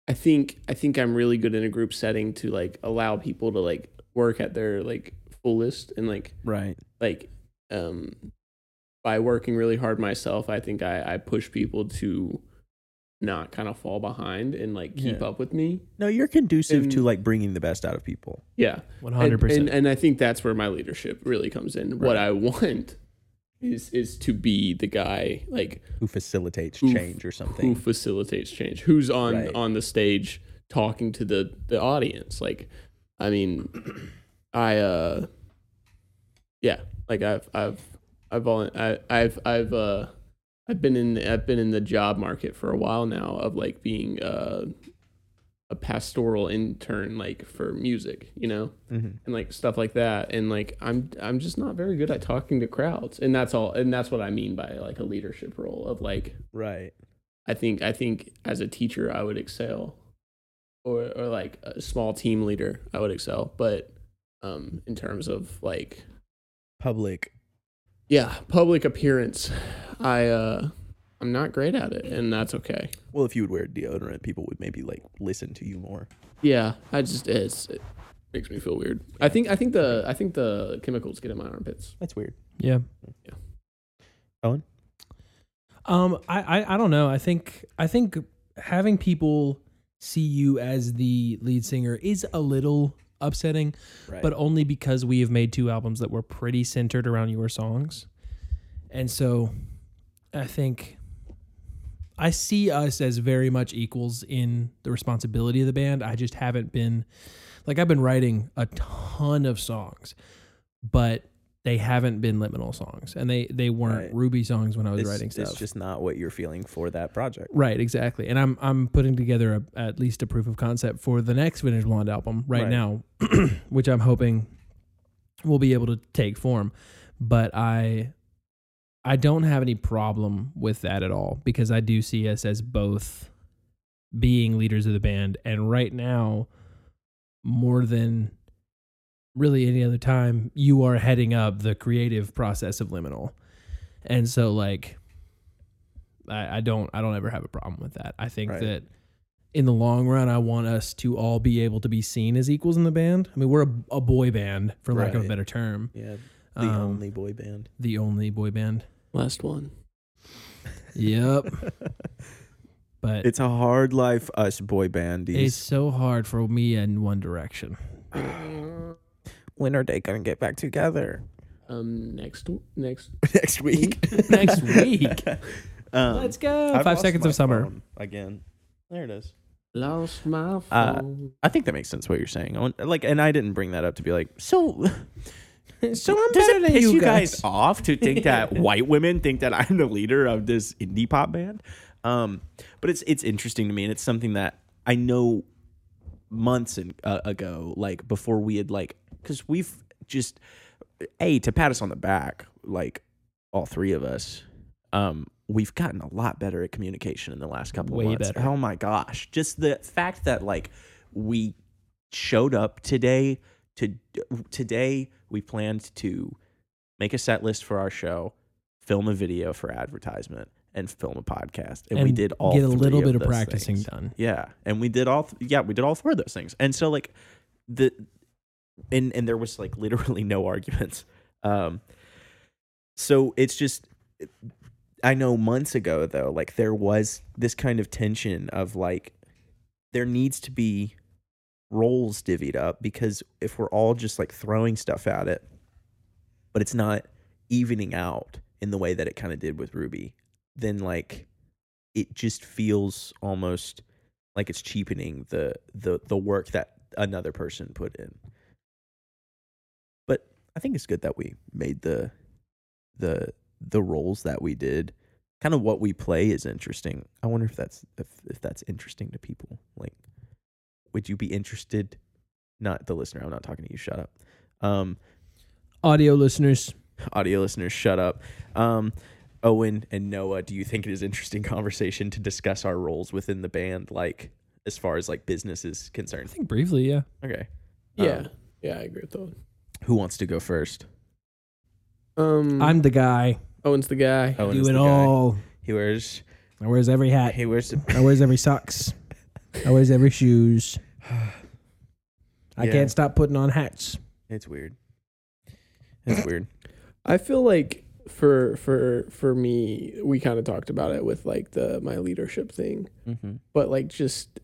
Speaker 3: I think I think I'm really good in a group setting to like allow people to like work at their like fullest and like
Speaker 5: Right.
Speaker 3: like um by working really hard myself i think i i push people to not kind of fall behind and like keep
Speaker 5: Yeah.
Speaker 3: up with me
Speaker 2: No, you're conducive to
Speaker 3: And-
Speaker 2: like bringing the best out of people.
Speaker 3: yeah
Speaker 1: One
Speaker 3: And-
Speaker 1: hundred percent.
Speaker 3: and, and i think that's where my leadership really comes in what
Speaker 2: Right.
Speaker 3: i want is is to be the guy like
Speaker 2: Who facilitates
Speaker 3: Who-
Speaker 2: change or
Speaker 3: who
Speaker 2: something?
Speaker 3: facilitates change who's on
Speaker 2: Right.
Speaker 3: on the stage talking to the the audience like i mean (clears throat) i uh yeah like i've i've i've all I, i've i've uh i've been in i've been in the job market for a while now of like being uh a pastoral intern like for music you know
Speaker 2: Mhm.
Speaker 3: and like stuff like that and like i'm i'm just not very good at talking to crowds and that's all and that's what i mean by like a leadership role of like
Speaker 2: Right.
Speaker 3: I think I think as a teacher I would excel, or or like a small team leader I would excel. But um, in terms of like
Speaker 2: Public.
Speaker 3: yeah, public appearance, I uh, I'm not great at it, and that's okay.
Speaker 2: Well, if you would wear deodorant, people would maybe like listen to you more.
Speaker 3: Yeah, I just it's, it makes me feel weird. I think I think the I think the chemicals get in my armpits.
Speaker 2: That's weird.
Speaker 1: yeah.
Speaker 3: Yeah.
Speaker 2: Owen?
Speaker 1: Um, I, I I don't know. I think I think having people see you as the lead singer is a little upsetting,
Speaker 2: Right.
Speaker 1: but only because we have made two albums that were pretty centered around your songs, and so I think I see us as very much equals in the responsibility of the band. I just haven't been like I've been writing a ton of songs, but they haven't been liminal songs, and they they weren't
Speaker 2: Right.
Speaker 1: Ruby songs when I was
Speaker 2: it's,
Speaker 1: writing stuff.
Speaker 2: it's just not what you're feeling for that project.
Speaker 1: Right, exactly. And I'm I'm putting together a, at least a proof of concept for the next Vintage Blonde album right,
Speaker 2: Right.
Speaker 1: now, (clears throat) which I'm hoping will be able to take form. But I I don't have any problem with that at all because I do see us as both being leaders of the band and right now more than really any other time you are heading up the creative process of liminal and so like I, I don't I don't ever have a problem with that. I think
Speaker 2: Right.
Speaker 1: that in the long run I want us to all be able to be seen as equals in the band. I mean we're a, a boy band for lack of a
Speaker 2: Right.
Speaker 1: better term.
Speaker 2: Yeah. The
Speaker 1: Um,
Speaker 2: only boy band.
Speaker 1: the only
Speaker 2: (laughs)
Speaker 1: boy band.
Speaker 3: Last one.
Speaker 1: Yep. But
Speaker 2: (laughs)
Speaker 1: it's,
Speaker 2: It's a hard life, us boy bandies.
Speaker 1: so hard for me and One Direction. (laughs)
Speaker 2: (sighs) When are they gonna get back together?
Speaker 3: Um, next next
Speaker 2: (laughs) Next
Speaker 1: (laughs)
Speaker 2: week.
Speaker 1: Next week.
Speaker 2: Um,
Speaker 1: Let's go.
Speaker 2: I've
Speaker 1: Five
Speaker 2: lost
Speaker 1: seconds
Speaker 2: my
Speaker 1: of summer.
Speaker 2: phone again. There it is.
Speaker 3: lost my
Speaker 2: Uh,
Speaker 3: phone.
Speaker 2: I think that makes sense what you're saying. I want, like, and I didn't bring that up to be like, so.
Speaker 1: (laughs) So I'm
Speaker 2: Does
Speaker 1: better
Speaker 2: it
Speaker 1: than
Speaker 2: piss
Speaker 1: you
Speaker 2: you guys.
Speaker 1: guys.
Speaker 2: (laughs) off to
Speaker 1: (laughs)
Speaker 2: think that white women think that I'm the leader of this indie pop band? Um, but it's it's interesting to me, and it's something that I know months in, uh, ago, like before we had like, because we've just a to pat us on the back, like all three of us. Um, we've gotten a lot better at communication in the last couple
Speaker 1: Way
Speaker 2: of months.
Speaker 1: better.
Speaker 2: Oh my gosh! Just the fact that like we showed up today to today we planned to make a set list for our show, film a video for advertisement, and film a podcast. And, we did all
Speaker 1: get a
Speaker 2: three
Speaker 1: little
Speaker 2: of
Speaker 1: bit of
Speaker 2: those
Speaker 1: practicing
Speaker 2: things.
Speaker 1: done.
Speaker 2: Yeah, and we did all th- yeah we did all four of those things. And so like the and and there was like literally no arguments. Um, so it's just I know months ago though like there was this kind of tension of like there needs to be roles divvied up because if we're all just like throwing stuff at it, but it's not evening out in the way that it kind of did with Ruby, then like it just feels almost like it's cheapening the the the work that another person put in. But I think it's good that we made the the the roles that we did. Kind of what we play is interesting. I wonder if that's if, if that's interesting to people. Like would you be interested not the listener, I'm not talking to you, shut up. Um
Speaker 1: Audio listeners,
Speaker 2: audio listeners shut up um owen and noah do you think it is interesting conversation to discuss our roles within the band like as far as like business is
Speaker 1: I
Speaker 2: concerned
Speaker 1: think briefly, yeah.
Speaker 2: okay um,
Speaker 3: yeah yeah I agree with that.
Speaker 2: who wants to go first
Speaker 3: Um,
Speaker 1: I'm the guy
Speaker 3: Owen's the guy.
Speaker 2: owen
Speaker 1: doing
Speaker 2: is the guy.
Speaker 1: all.
Speaker 2: he wears
Speaker 1: I wears every hat.
Speaker 2: he wears the
Speaker 1: I wears every socks.
Speaker 5: Always every
Speaker 2: (sighs)
Speaker 5: shoes. I
Speaker 2: Yeah.
Speaker 5: can't stop putting on hats.
Speaker 2: (laughs) It's weird. It's weird.
Speaker 3: I feel like for for for me, we kind of talked about it with like the my leadership thing,
Speaker 2: Mm-hmm.
Speaker 3: but like just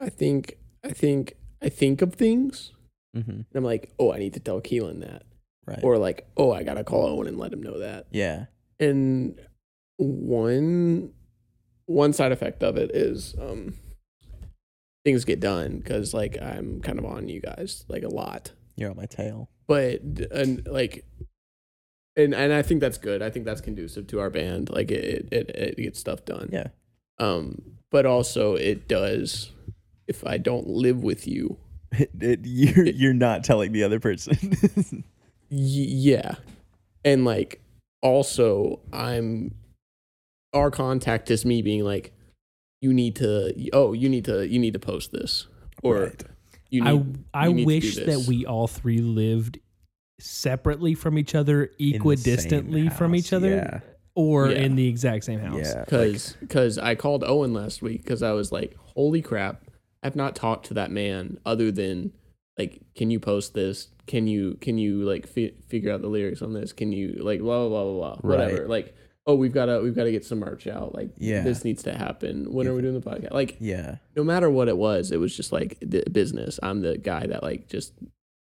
Speaker 3: I think I think I think of things
Speaker 2: Mm-hmm.
Speaker 3: and I'm like, oh, I need to tell Keelan that,
Speaker 2: Right.
Speaker 3: or like, oh, I gotta call Owen and let him know that.
Speaker 2: yeah.
Speaker 3: And one one side effect of it is um things get done because like I'm kind of on you guys like a lot.
Speaker 2: You're on my tail.
Speaker 3: but and like and and I think that's good. I think that's conducive to our band. Like it it, it gets stuff done.
Speaker 2: Yeah.
Speaker 3: Um but also it does if I don't live with you.
Speaker 2: It, (laughs) it, you're you're not telling the other person.
Speaker 3: Y- yeah. And like also I'm our contact is me being like you need to oh you need to you need to post this or
Speaker 2: (laughs) Right.
Speaker 3: you need
Speaker 1: I I
Speaker 3: you need to do
Speaker 1: wish that
Speaker 3: this.
Speaker 1: we all three lived separately from each other,
Speaker 2: In the same
Speaker 1: equidistantly from each
Speaker 2: house,
Speaker 1: other,
Speaker 2: Yeah.
Speaker 1: or
Speaker 3: Yeah.
Speaker 1: in the exact same house.
Speaker 2: Yeah. like-
Speaker 3: because because I called Owen last week because I was like, holy crap, I've not talked to that man other than like, can you post this? Can you can you like fi- figure out the lyrics on this? Can you like blah blah blah blah blah
Speaker 2: Right.
Speaker 3: whatever like. Oh, we've got to we've got to get some merch out. Like,
Speaker 2: Yeah.
Speaker 3: this needs to happen. When are we doing the podcast? Like,
Speaker 2: yeah.
Speaker 3: no matter what it was, it was just like the business. I'm the guy that like just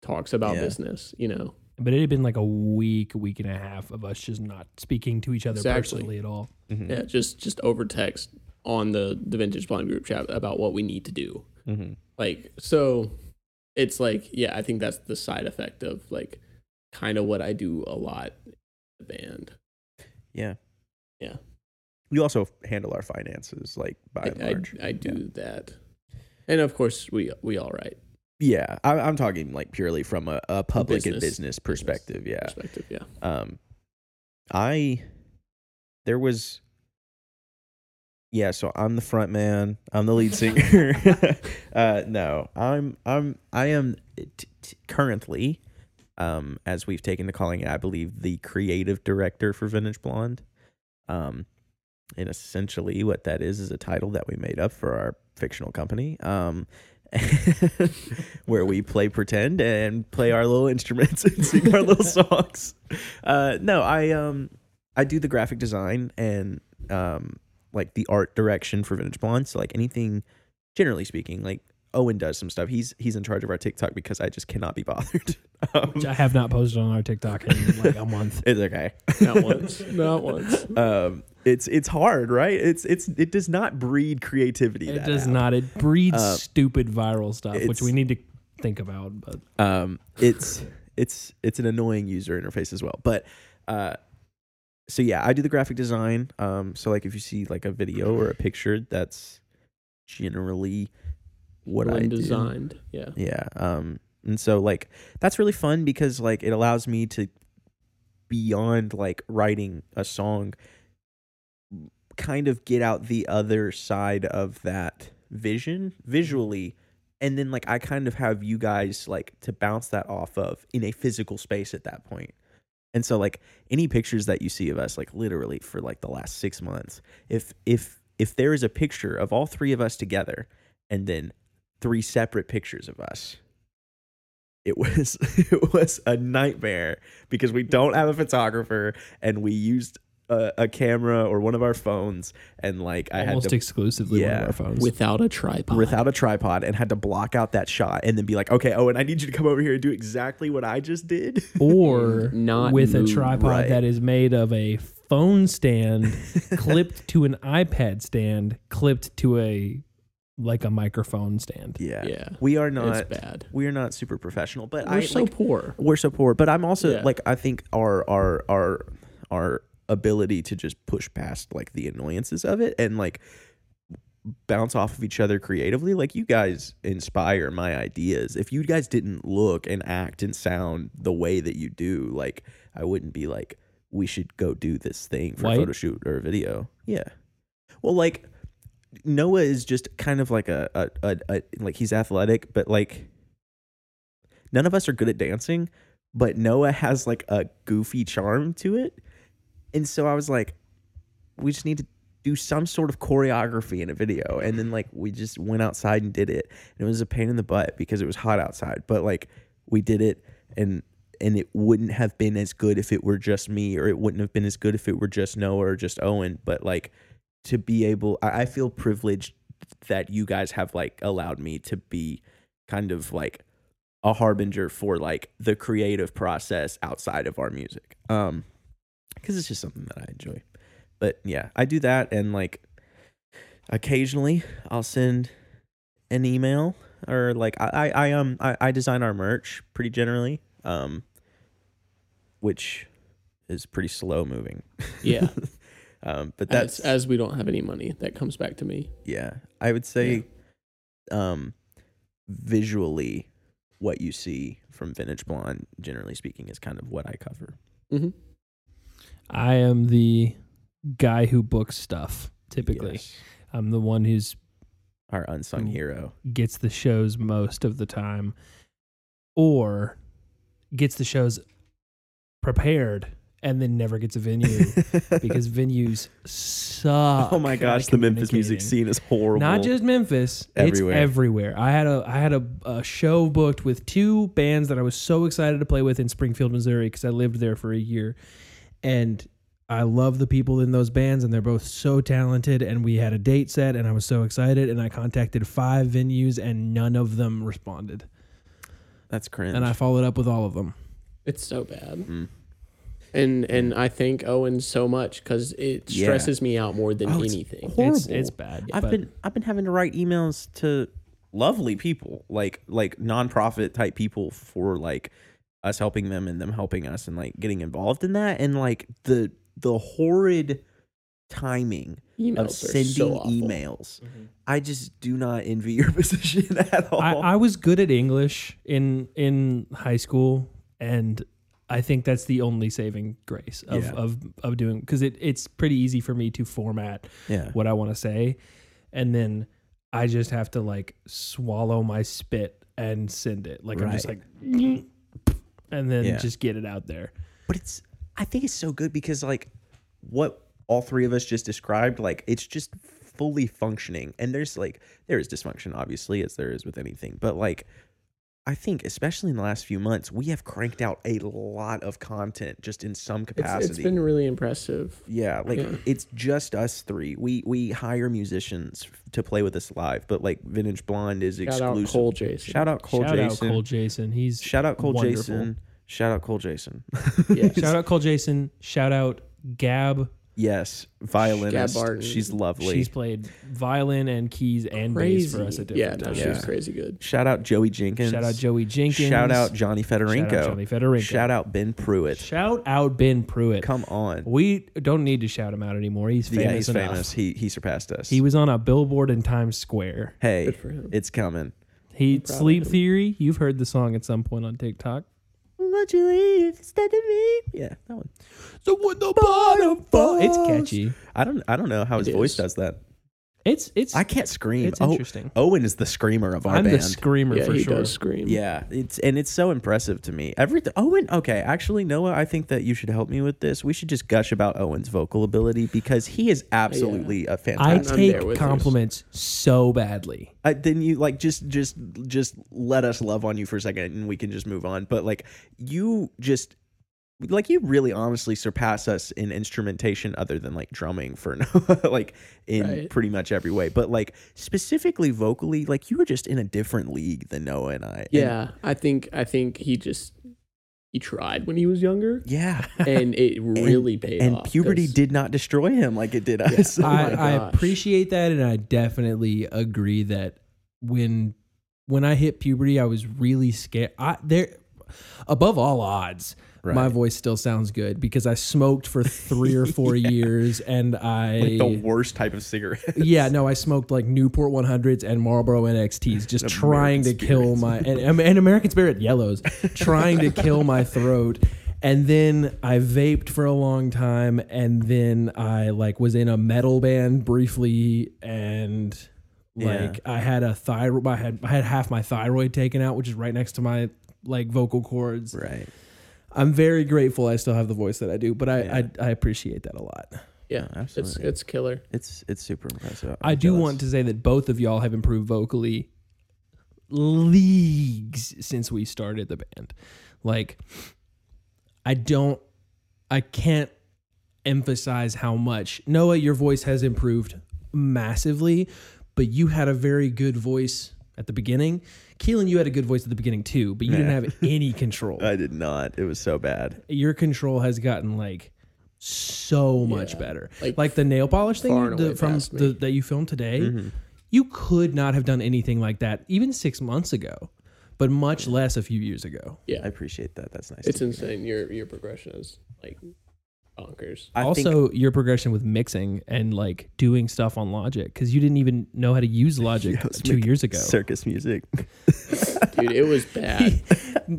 Speaker 3: talks about
Speaker 2: Yeah.
Speaker 3: business, you know.
Speaker 1: But it had been like a week, week and a half of us just not speaking to each other
Speaker 3: Exactly.
Speaker 1: personally at all.
Speaker 2: Mm-hmm.
Speaker 3: Yeah, just just over text on the the Vintage Blind group chat about what we need to do.
Speaker 2: Mm-hmm.
Speaker 3: like so it's like yeah i think that's the side effect of like kind of what i do a lot in the band
Speaker 2: Yeah.
Speaker 3: Yeah.
Speaker 2: We also handle our finances, like by and
Speaker 3: I, I,
Speaker 2: large.
Speaker 3: I do that and of course we we all right
Speaker 2: yeah, I, I'm talking like purely from a, a public and
Speaker 3: business-
Speaker 2: business perspective. Yeah.
Speaker 3: perspective
Speaker 2: (laughs)
Speaker 3: yeah
Speaker 2: Um, I there was yeah. So I'm the front man. I'm the
Speaker 3: (laughs)
Speaker 2: lead singer. (laughs) uh, no, I'm I'm I am t- t- currently, um, as we've taken to calling it, I believe the creative director for Vintage Blonde. Um, and essentially what that is is a title that we made up for our fictional company. Um. (laughs) where we play pretend and play our little instruments (laughs) and sing our little songs uh no i um i do the graphic design and um like the art direction for vintage blonde so like anything generally speaking like owen does some stuff he's he's in charge of our tiktok because i just cannot be bothered (laughs) um,
Speaker 1: Which I have not posted on our TikTok in
Speaker 2: (laughs)
Speaker 1: like a month.
Speaker 2: it's okay
Speaker 3: not once (laughs) not once
Speaker 2: um it's it's hard right it's it's it does not breed creativity
Speaker 1: It
Speaker 2: that
Speaker 1: does
Speaker 2: app.
Speaker 1: not. It breeds
Speaker 2: Uh,
Speaker 1: stupid viral stuff, which
Speaker 2: it's-
Speaker 1: we need to think about. But
Speaker 2: um, it's it's it's an annoying user interface as well. But uh, so yeah, I do the graphic design. Um, so like if you see like a video or a picture, that's generally what I
Speaker 3: When
Speaker 2: do.
Speaker 3: designed yeah
Speaker 2: Yeah. Um, and so like that's really fun because like it allows me to beyond like writing a song kind of get out the other side of that vision visually and then like I kind of have you guys like to bounce that off of in a physical space at that point. And so like any pictures that you see of us like literally for like the last 6 months if if if there is a picture of all three of us together and then three separate pictures of us. It was (laughs) it was a nightmare because we don't have a photographer and we used a, a camera or one of our phones and like I had
Speaker 1: almost
Speaker 2: to
Speaker 1: exclusively one
Speaker 2: Yeah.
Speaker 1: of our phones.
Speaker 3: without a tripod
Speaker 2: without a tripod and had to block out that shot and then be like, okay, Owen, I need you to come over here and do exactly what I just did.
Speaker 1: or
Speaker 3: Not
Speaker 1: with
Speaker 3: move,
Speaker 1: a tripod
Speaker 2: Mm, right.
Speaker 1: that is made of a phone
Speaker 2: (laughs)
Speaker 1: stand clipped to an iPad stand clipped to a like a microphone stand.
Speaker 2: (laughs) Yeah,
Speaker 3: Yeah.
Speaker 2: we are
Speaker 3: it's
Speaker 2: not
Speaker 3: bad
Speaker 2: we are not super professional, but
Speaker 3: we're
Speaker 2: I
Speaker 3: so
Speaker 2: like,
Speaker 3: poor
Speaker 2: we're so poor. But I'm also
Speaker 3: Yeah.
Speaker 2: like I think our our our our ability to just push past like the annoyances of it and like bounce off of each other creatively. Like you guys inspire my ideas. If you guys didn't look and act and sound the way that you do, like I wouldn't be like we should go do this thing for
Speaker 1: White?
Speaker 2: a photo shoot or a video. Yeah. Well, like Noah is just kind of like a, a, a, a like he's athletic, but like none of us are good at dancing, but Noah has like a goofy charm to it. And so I was like, we just need to do some sort of choreography in a video. And then like we just went outside and did it. And it was a pain in the butt because it was hot outside. But like we did it and and it wouldn't have been as good if it were just me, or it wouldn't have been as good if it were just Noah or just Owen. But like to be able I, I feel privileged that you guys have like allowed me to be kind of like a harbinger for like the creative process outside of our music. Um because it's just something that I enjoy. But yeah, I do that and like occasionally I'll send an email or like I I, I um I, I design our merch pretty generally. Um which is pretty slow moving.
Speaker 3: (laughs) Yeah.
Speaker 2: Um but
Speaker 3: That's
Speaker 2: that's
Speaker 3: as, as we don't have any money, that comes back to me.
Speaker 2: yeah i would say um visually what you see from vintage blonde generally speaking is kind of what i cover
Speaker 3: Mm-hmm.
Speaker 1: I am the guy who books stuff. Typically,
Speaker 2: Yes.
Speaker 1: I'm the one who's
Speaker 2: our unsung
Speaker 1: Mm.
Speaker 2: hero
Speaker 1: gets the shows most of the time, or gets the shows prepared and then never gets
Speaker 2: (laughs)
Speaker 1: a venue because venues suck.
Speaker 2: oh my
Speaker 1: at
Speaker 2: gosh the memphis music
Speaker 1: communicating.
Speaker 2: scene is horrible
Speaker 1: Not just Memphis.
Speaker 2: Everywhere.
Speaker 1: It's everywhere. I had a I had a, a show booked with two bands that I was so excited to play with in Springfield, Missouri, because I lived there for a year, and I love the people in those bands, and they're both so talented. And we had a date set, and I was so excited, and I contacted five venues, and none of them responded.
Speaker 2: that's cringe
Speaker 1: And I followed up with all of them.
Speaker 3: It's so bad.
Speaker 2: Mm.
Speaker 3: And and I thank Owen so much because it
Speaker 2: Yeah.
Speaker 3: stresses me out more than
Speaker 2: Oh, it's
Speaker 3: anything.
Speaker 2: horrible.
Speaker 1: It's it's bad.
Speaker 2: I've
Speaker 1: but
Speaker 2: been I've been having to write emails to lovely people, like like nonprofit type people for like us helping them and them helping us and like getting involved in that and like the the horrid timing
Speaker 3: Emails
Speaker 2: of sending emails. I just do not envy your (laughs) position at all.
Speaker 1: I, I was good at English in in high school, and I think that's the only saving grace of
Speaker 2: Yeah.
Speaker 1: of, of doing because it, it's pretty easy for me to format
Speaker 2: yeah.
Speaker 1: what I want to say, and then I just have to like swallow my spit and send it. Like I'm just
Speaker 2: Right.
Speaker 1: like, (clears throat) and then
Speaker 2: Yeah.
Speaker 1: just get it out there.
Speaker 2: but it's I think it's so good because like what all three of us just described, like it's just fully functioning. And there's like there is dysfunction, obviously, as there is with anything. But like I think, especially in the last few months, we have cranked out a lot of content just in some capacity.
Speaker 3: It's, it's been really impressive.
Speaker 2: Yeah, like
Speaker 3: Yeah.
Speaker 2: it's just us three. We we hire musicians f- to play with us live, but like Vintage Blonde is
Speaker 3: Shout
Speaker 2: exclusive.
Speaker 3: out Cole Jason.
Speaker 2: Shout out Cole
Speaker 1: Shout
Speaker 2: Jason.
Speaker 1: out Cole Jason. He's
Speaker 2: Shout out Cole
Speaker 1: wonderful.
Speaker 2: Jason. Shout out Cole Jason. (laughs)
Speaker 3: yeah.
Speaker 1: shout out Cole Jason. Shout out Gab.
Speaker 2: Yes, violinist.
Speaker 3: Barton.
Speaker 2: She's lovely.
Speaker 1: She's played violin and keys and bass for us at
Speaker 3: yeah,
Speaker 1: different
Speaker 3: no,
Speaker 1: times.
Speaker 3: she was
Speaker 2: Yeah.
Speaker 3: crazy good.
Speaker 2: Shout out Joey Jenkins.
Speaker 1: Shout out Joey Jenkins.
Speaker 2: Shout out Johnny Federico.
Speaker 1: Shout out Johnny Federico.
Speaker 2: Shout out Ben Pruitt.
Speaker 1: Shout out Ben Pruitt.
Speaker 2: Come on.
Speaker 1: We don't need to shout him out anymore. He's famous
Speaker 2: yeah, he's
Speaker 1: enough.
Speaker 2: famous. He he surpassed us.
Speaker 1: He was on a billboard in Times Square.
Speaker 2: hey,
Speaker 3: Good for him.
Speaker 2: it's coming.
Speaker 1: He
Speaker 3: proud of
Speaker 1: Sleep
Speaker 3: him.
Speaker 1: Theory. You've heard the song at some point on TikTok.
Speaker 2: Won't you leave instead of me? Yeah, that one.
Speaker 1: So what the bottom falls. It's catchy.
Speaker 2: I don't I don't know how his
Speaker 3: It
Speaker 2: voice
Speaker 3: is.
Speaker 2: does that.
Speaker 1: It's it's
Speaker 2: I can't scream.
Speaker 1: it's
Speaker 2: Oh,
Speaker 1: interesting.
Speaker 2: Owen is the screamer of our
Speaker 1: I'm the
Speaker 2: band.
Speaker 1: screamer
Speaker 3: Yeah,
Speaker 1: for
Speaker 3: he
Speaker 1: sure.
Speaker 3: does scream.
Speaker 2: Yeah, it's and it's so impressive to me. Everything Owen, okay, actually Noah, I think that you should help me with this. We should just gush about Owen's vocal ability because he is absolutely a
Speaker 1: I
Speaker 2: fantastic.
Speaker 3: I'm there
Speaker 1: take
Speaker 3: with you.
Speaker 1: compliments so badly.
Speaker 2: I, then you like just just just let us love on you for a second and we can just move on. But like you just like you really honestly surpass us in instrumentation other than like drumming for (laughs) Noah, like in
Speaker 3: Right.
Speaker 2: pretty much every way. But like specifically vocally, like you were just in a different league than Noah and I. And-
Speaker 3: Yeah, I think I think he just he tried when he was younger,
Speaker 2: yeah. (laughs)
Speaker 3: and it really paid
Speaker 2: and
Speaker 3: off.
Speaker 2: puberty
Speaker 3: 'cause-
Speaker 2: did not destroy him like it did (laughs) us.
Speaker 3: Oh
Speaker 1: I,
Speaker 3: my
Speaker 1: I
Speaker 3: gosh.
Speaker 1: appreciate that, and I definitely agree that when when I hit puberty, I was really scared. I there above all odds, my
Speaker 2: Right.
Speaker 1: voice still sounds good because I smoked for three or four years, and I
Speaker 2: like the worst type of
Speaker 1: (laughs)
Speaker 2: cigarette.
Speaker 1: yeah no, I smoked like Newport 100s and Marlboro NXTs, just trying to
Speaker 2: American
Speaker 1: kill my and, and American Spirit yellows,
Speaker 2: (laughs)
Speaker 1: trying to kill my throat. And then I vaped for a long time, and then I like was in a metal band briefly, and like I had a thyroid. I had I had half my thyroid taken out, which is right next to my like vocal cords.
Speaker 2: Right.
Speaker 1: I'm very grateful I still have the voice that I do, but I
Speaker 2: Yeah.
Speaker 1: I, I appreciate that a lot.
Speaker 3: Yeah,
Speaker 2: No,
Speaker 3: it's
Speaker 2: absolutely.
Speaker 3: it's killer.
Speaker 2: It's it's super impressive.
Speaker 1: I do want to say that both of y'all have improved vocally leagues since we started the band. Like, I don't, I can't emphasize how much. Noah, your voice has improved massively, but you had a very good voice at the beginning. Keelan, you had a good voice at the beginning too, but you
Speaker 2: Yeah. Uh,
Speaker 1: didn't have any control.
Speaker 2: I did not. It was so bad.
Speaker 1: your control has gotten like so much
Speaker 3: Yeah.
Speaker 1: better. Like,
Speaker 3: Like,
Speaker 1: the nail polish thing
Speaker 3: far
Speaker 1: you
Speaker 3: and
Speaker 1: did
Speaker 3: away
Speaker 1: from
Speaker 3: past
Speaker 1: the,
Speaker 3: me. Mm-hmm.
Speaker 1: that you filmed today, you could not have done anything like that even six months ago, but much less a few years ago.
Speaker 2: I
Speaker 3: Yeah,
Speaker 2: appreciate that. That's nice.
Speaker 3: it's
Speaker 2: to hear.
Speaker 3: insane. Your your progression is like bonkers.
Speaker 2: I
Speaker 1: (laughs)
Speaker 2: think
Speaker 1: also, your progression with mixing and like doing stuff on Logic because you didn't even know how to use
Speaker 3: (laughs)
Speaker 1: Logic
Speaker 2: I was
Speaker 1: two
Speaker 2: making
Speaker 1: years ago. (laughs)
Speaker 2: circus music. (laughs)
Speaker 3: Dude, it was bad.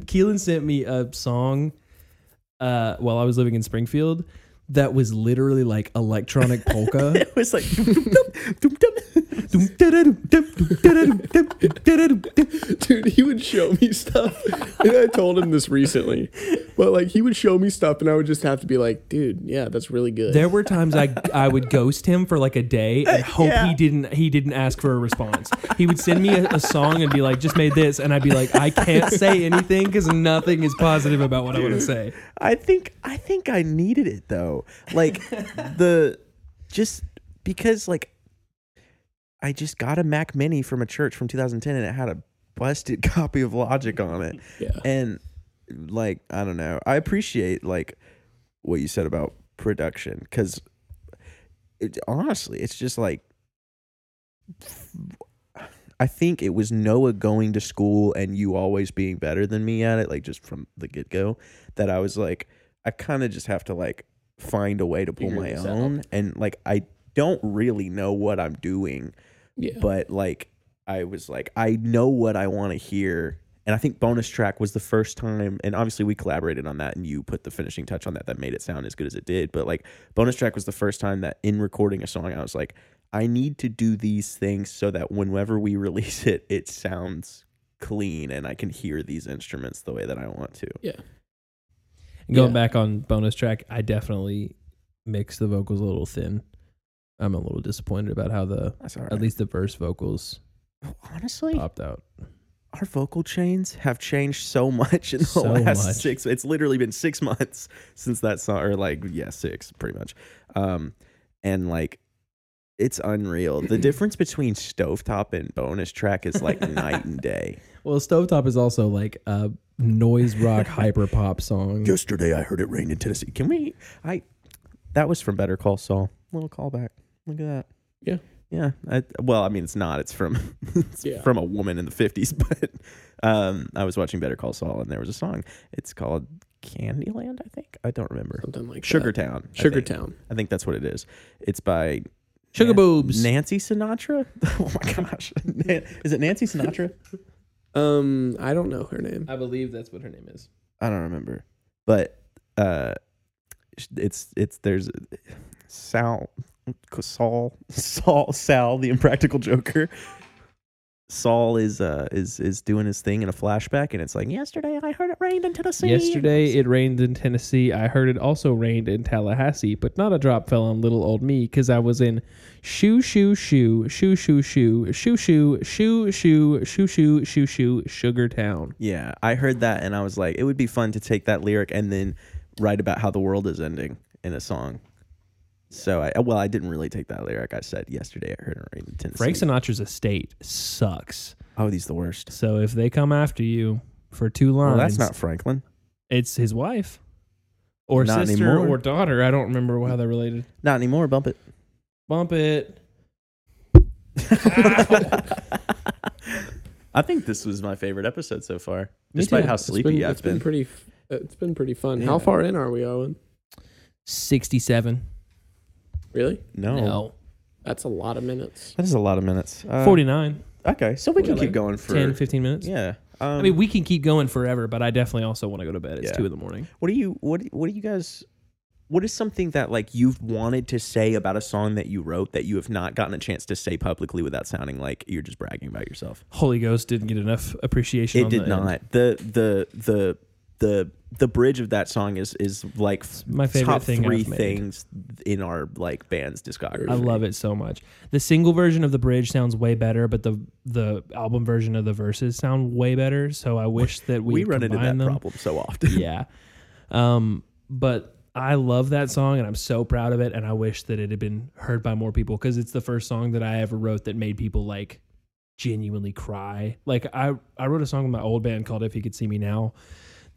Speaker 1: Keelan sent me a song uh, while I was living in Springfield that was literally like electronic
Speaker 3: (laughs)
Speaker 1: polka.
Speaker 2: it was like dum-dum-dum, dum-dum.
Speaker 3: (laughs) Dude, he would show me stuff. And I told him this recently. But like he would show me stuff and I would just have to be like, dude, yeah, that's really good.
Speaker 1: There were times I I would ghost him for like a day and hope he didn't he didn't ask for a response. he would send me a, a song and be like, "Just made this," and I'd be like, "I can't say anything because nothing is positive about what I want to say."
Speaker 2: I think I think I needed it though. Like (laughs) the just because like I just got a Mac Mini from a church from 2010 and it had a busted (laughs) copy of Logic on it.
Speaker 3: yeah.
Speaker 2: And like I don't know. I appreciate like what you said about production cuz it, honestly, it's just like I think it was Noah going to school and you always being better than me at it, like just from the get go, that I was like, I kind of just have to like find a way to pull
Speaker 3: Figure
Speaker 2: my
Speaker 3: this
Speaker 2: own. And like, I don't really know what I'm doing,
Speaker 3: Yeah.
Speaker 2: but like, I was like, I know what I want to hear. And I think bonus track was the first time, and obviously we collaborated on that, and you put the finishing touch on that that made it sound as good as it did. But like, bonus track was the first time that in recording a song, I was like, I need to do these things so that whenever we (laughs) release it, it sounds clean and I can hear these instruments the way that I want to.
Speaker 1: Going
Speaker 3: Yeah.
Speaker 1: back on bonus track, I definitely mixed the vocals a little thin. I'm a little disappointed about how the
Speaker 2: That's all right.
Speaker 1: at least the verse vocals
Speaker 2: honestly,
Speaker 1: popped out.
Speaker 2: our vocal chains have changed so much in the
Speaker 1: So
Speaker 2: last
Speaker 1: much.
Speaker 2: six. It's literally been six months since that song, or like yeah, six pretty much. Um, and like it's unreal. The difference between stovetop and bonus track is like night
Speaker 1: (laughs)
Speaker 2: and day.
Speaker 1: Well, Stovetop is also like a noise rock hyper pop song.
Speaker 2: Yesterday, I heard it rain in Tennessee. Can we? I that was from Better Call Saul. Little callback. Look at that.
Speaker 3: Yeah.
Speaker 2: Yeah. I, well, I mean, it's not. It's from (laughs) it's
Speaker 3: Yeah.
Speaker 2: from a woman in the fifties. (laughs) But um, I was watching Better Call Saul, and there was a song. It's called Candyland. I think I don't remember.
Speaker 3: Something like
Speaker 2: Sugar
Speaker 3: that.
Speaker 2: Town. I
Speaker 3: Sugar
Speaker 2: think.
Speaker 3: Town.
Speaker 2: I think that's what it is. It's by
Speaker 1: Sugar
Speaker 2: Nan-
Speaker 1: boobs.
Speaker 2: Nancy Sinatra. (laughs) oh my gosh. (laughs) Nan- is it Nancy Sinatra?
Speaker 3: Um, I don't know her name.
Speaker 1: I believe that's what her name is.
Speaker 2: I don't remember, but uh, it's it's there's Sal Saul Saul Sal the Impractical Joker. Saul is uh is is doing his thing in a flashback, and it's like yesterday I heard it rained in Tennessee.
Speaker 1: Yesterday it rained in Tennessee. I heard it also rained in Tallahassee, but not a drop fell on little old me because I was in shoe, shoe, shoe, shoe, shoe, shoe, shoe, shoe, shoe, shoe, shoe, shoe, shoe, shoe, Sugar Town.
Speaker 2: yeah, I heard that, and I was like, it would be fun to take that lyric and then write about how the world is ending in a song. So I uh, well, I didn't really take that lyric. I said yesterday I heard it rained in Tennessee.
Speaker 1: Frank Sinatra's estate sucks.
Speaker 2: oh, he's the worst.
Speaker 1: So if they come after you for two
Speaker 2: Well,
Speaker 1: lines,
Speaker 2: that's not Franklin.
Speaker 1: it's his wife or
Speaker 2: Not
Speaker 1: sister
Speaker 2: anymore.
Speaker 1: or daughter. I don't remember how they're related.
Speaker 2: Not anymore. Bump it.
Speaker 1: Bump it.
Speaker 2: I think this was my favorite episode so far,
Speaker 1: Me
Speaker 2: despite
Speaker 1: too.
Speaker 2: how
Speaker 1: It's
Speaker 2: sleepy
Speaker 3: it's been,
Speaker 2: I've
Speaker 3: it's been
Speaker 2: been.
Speaker 3: pretty f- it's been pretty fun. How
Speaker 2: Yeah.
Speaker 3: far in are we, Owen?
Speaker 1: 67.
Speaker 3: Really?
Speaker 2: no,
Speaker 1: No.
Speaker 3: That's a lot of minutes.
Speaker 2: that is a lot of minutes. Uh,
Speaker 1: 49.
Speaker 2: Okay, so we can
Speaker 3: Well,
Speaker 2: keep going for
Speaker 1: 10, 15 minutes.
Speaker 2: Yeah. Um,
Speaker 1: I mean, we can keep going forever, but I definitely also want to go to bed. It's
Speaker 2: Yeah.
Speaker 1: two in the morning.
Speaker 2: what do you what do- what do you guys? What is something that like you've wanted to say about a song that you wrote that you have not gotten a chance to say publicly without sounding like you're just bragging about yourself?
Speaker 1: Holy Ghost didn't get enough appreciation.
Speaker 2: It
Speaker 1: on
Speaker 2: did
Speaker 1: the
Speaker 2: not. The the the the the bridge of that song is is like f-
Speaker 1: my favorite
Speaker 2: top
Speaker 1: thing
Speaker 2: three
Speaker 1: I've made.
Speaker 2: things in our like band's discography.
Speaker 1: I love it so much. The single version of the bridge sounds way better, but the the album version of the verses sound way better. So I wish that we
Speaker 2: We, run into that
Speaker 1: combine them.
Speaker 2: problem so often.
Speaker 1: yeah. Um, but I love that song and I'm so proud of it. And I wish that it had been heard by more people because it's the first song that I ever wrote that made people like genuinely cry. Like I, I wrote a song with my old band called If You Could See Me Now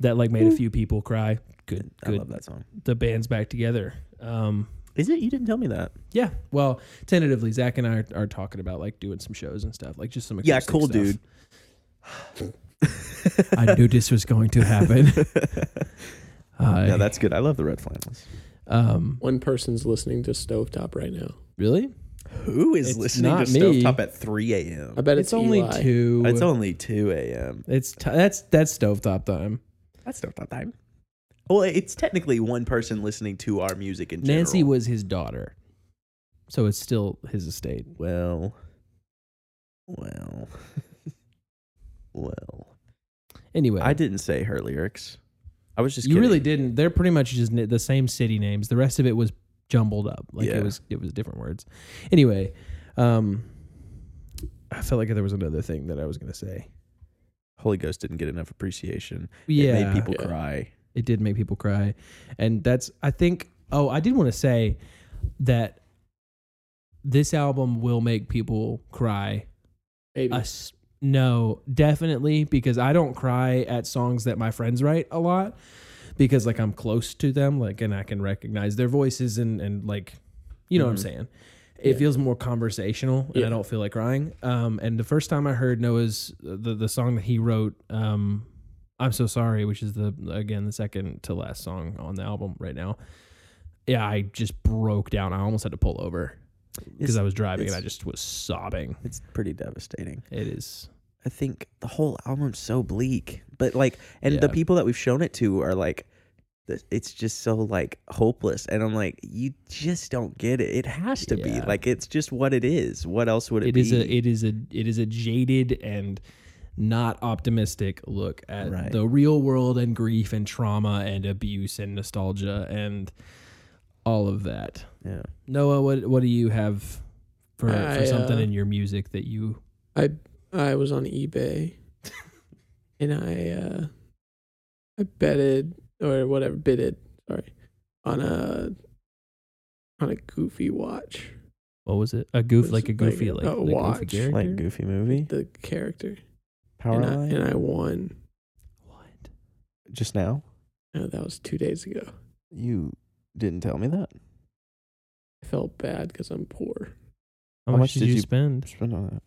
Speaker 1: that like
Speaker 2: Mm.
Speaker 1: made a few people cry. Good,
Speaker 2: I
Speaker 1: good.
Speaker 2: love that song.
Speaker 1: The band's back together. Um,
Speaker 2: Is it? You didn't tell me that.
Speaker 1: yeah. Well, tentatively, Zach and I are, are talking about like doing some shows and stuff, like just some
Speaker 2: Yeah,
Speaker 1: acoustic
Speaker 2: cool,
Speaker 1: stuff.
Speaker 2: dude.
Speaker 1: (laughs) I knew this was going
Speaker 2: (laughs)
Speaker 1: to happen. I-
Speaker 2: Yeah, that's good. I love the Red Flannels.
Speaker 1: um,
Speaker 3: One person's listening to Stovetop right now.
Speaker 1: really?
Speaker 2: Who is
Speaker 1: It's
Speaker 2: listening to
Speaker 1: not me.
Speaker 2: Stovetop at 3
Speaker 3: I
Speaker 2: a.m.?
Speaker 3: bet it's,
Speaker 1: It's, only
Speaker 3: Eli.
Speaker 1: two.
Speaker 2: It's only 2 a.m.
Speaker 1: It's t- that's that's stovetop time.
Speaker 2: That's Stovetop time. Well, it's technically one person listening to our music in general.
Speaker 1: Nancy was his daughter, so it's still his estate.
Speaker 2: Well, well, (laughs) well.
Speaker 1: Anyway,
Speaker 2: I didn't say her lyrics. I was just
Speaker 1: you
Speaker 2: kidding.
Speaker 1: really didn't. They're pretty much just ni- the same city names. The rest of it was jumbled up. Like
Speaker 2: Yeah.
Speaker 1: it was it was different words. Anyway, um, I felt like there was another thing that I was gonna say.
Speaker 2: Holy Ghost didn't get enough appreciation.
Speaker 1: Yeah,
Speaker 2: It made people
Speaker 3: Yeah.
Speaker 2: cry.
Speaker 1: it did make people cry and that's i think oh i did want to say that this album will make people cry
Speaker 3: Maybe.
Speaker 1: us no definitely because i don't cry at songs that my friends write a lot because like i'm close to them like and i can recognize their voices and and like you know what i'm
Speaker 2: Mhm.
Speaker 1: saying it
Speaker 3: Yeah.
Speaker 1: feels more conversational and
Speaker 3: Yeah.
Speaker 1: i don't feel like crying um and the first time i heard noah's uh, the the song that he wrote um i'm so sorry which is the again the second to last song on the album right now yeah i just broke down i almost had to pull over because
Speaker 2: It's-
Speaker 1: i was driving and
Speaker 2: it's-
Speaker 1: i just was sobbing
Speaker 2: It's pretty devastating.
Speaker 1: it is
Speaker 2: I think the whole album's so bleak, but like, and the
Speaker 1: Yeah.
Speaker 2: people that we've shown it to are like, th- it's just so like hopeless. And I'm like, you just don't get it. It has to be
Speaker 1: Yeah.
Speaker 2: like, it's just what it is. What else would it,
Speaker 1: it
Speaker 2: be?
Speaker 1: is a it is a it is a jaded and not optimistic look at
Speaker 2: Right.
Speaker 1: the real world and grief and trauma and abuse and nostalgia and all of that.
Speaker 2: yeah.
Speaker 1: Noah, what what do you have for,
Speaker 3: I,
Speaker 1: for something
Speaker 3: uh,
Speaker 1: in your music that you
Speaker 4: I I was on
Speaker 1: (laughs)
Speaker 4: eBay and I uh I betted or whatever bidded, sorry, on a on a goofy watch.
Speaker 1: what was it? A goof
Speaker 4: Was
Speaker 1: like a
Speaker 4: like
Speaker 1: goofy
Speaker 4: a
Speaker 1: like, like
Speaker 4: watch,
Speaker 1: goofy character?
Speaker 2: Like Goofy movie,
Speaker 4: The character.
Speaker 2: Power
Speaker 4: and, I,
Speaker 2: Line,
Speaker 4: and I won.
Speaker 1: what?
Speaker 2: just now.
Speaker 4: No, that was two days ago.
Speaker 2: You didn't tell me that.
Speaker 4: I felt bad because I'm poor.
Speaker 1: How, much, did, you, spend?
Speaker 2: Spend on that.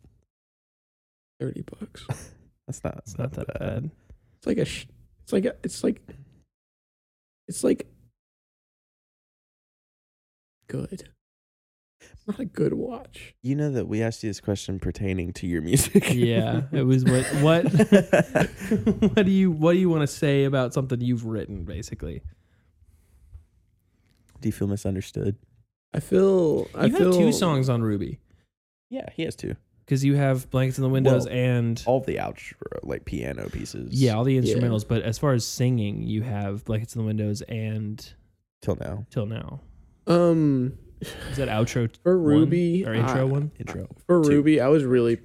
Speaker 4: Thirty bucks.
Speaker 2: That's not. That's
Speaker 1: (laughs) It's not that bad.
Speaker 4: It's like a. Sh- it's like a, it's like. It's like. Good. It's not a good watch.
Speaker 2: You know that we asked you this question pertaining to your (laughs) music. (laughs)
Speaker 1: yeah, it was what (laughs) what what do you what do you want to say about something you've written basically?
Speaker 2: Do you feel misunderstood?
Speaker 4: I feel. I
Speaker 1: you
Speaker 4: feel
Speaker 1: have two songs on Ruby.
Speaker 2: Yeah, he has two.
Speaker 1: because you have blankets in the windows
Speaker 2: Well,
Speaker 1: and
Speaker 2: All the outro, like piano pieces.
Speaker 1: yeah all the
Speaker 4: yeah.
Speaker 1: instrumentals but as far as singing you have blankets in the windows and
Speaker 2: Till now.
Speaker 1: till now
Speaker 4: Um,
Speaker 1: is that outro t-
Speaker 3: For
Speaker 1: one?
Speaker 3: Ruby,
Speaker 1: or intro
Speaker 3: I-
Speaker 1: one
Speaker 2: Intro.
Speaker 3: for
Speaker 2: Two.
Speaker 3: Ruby, I was really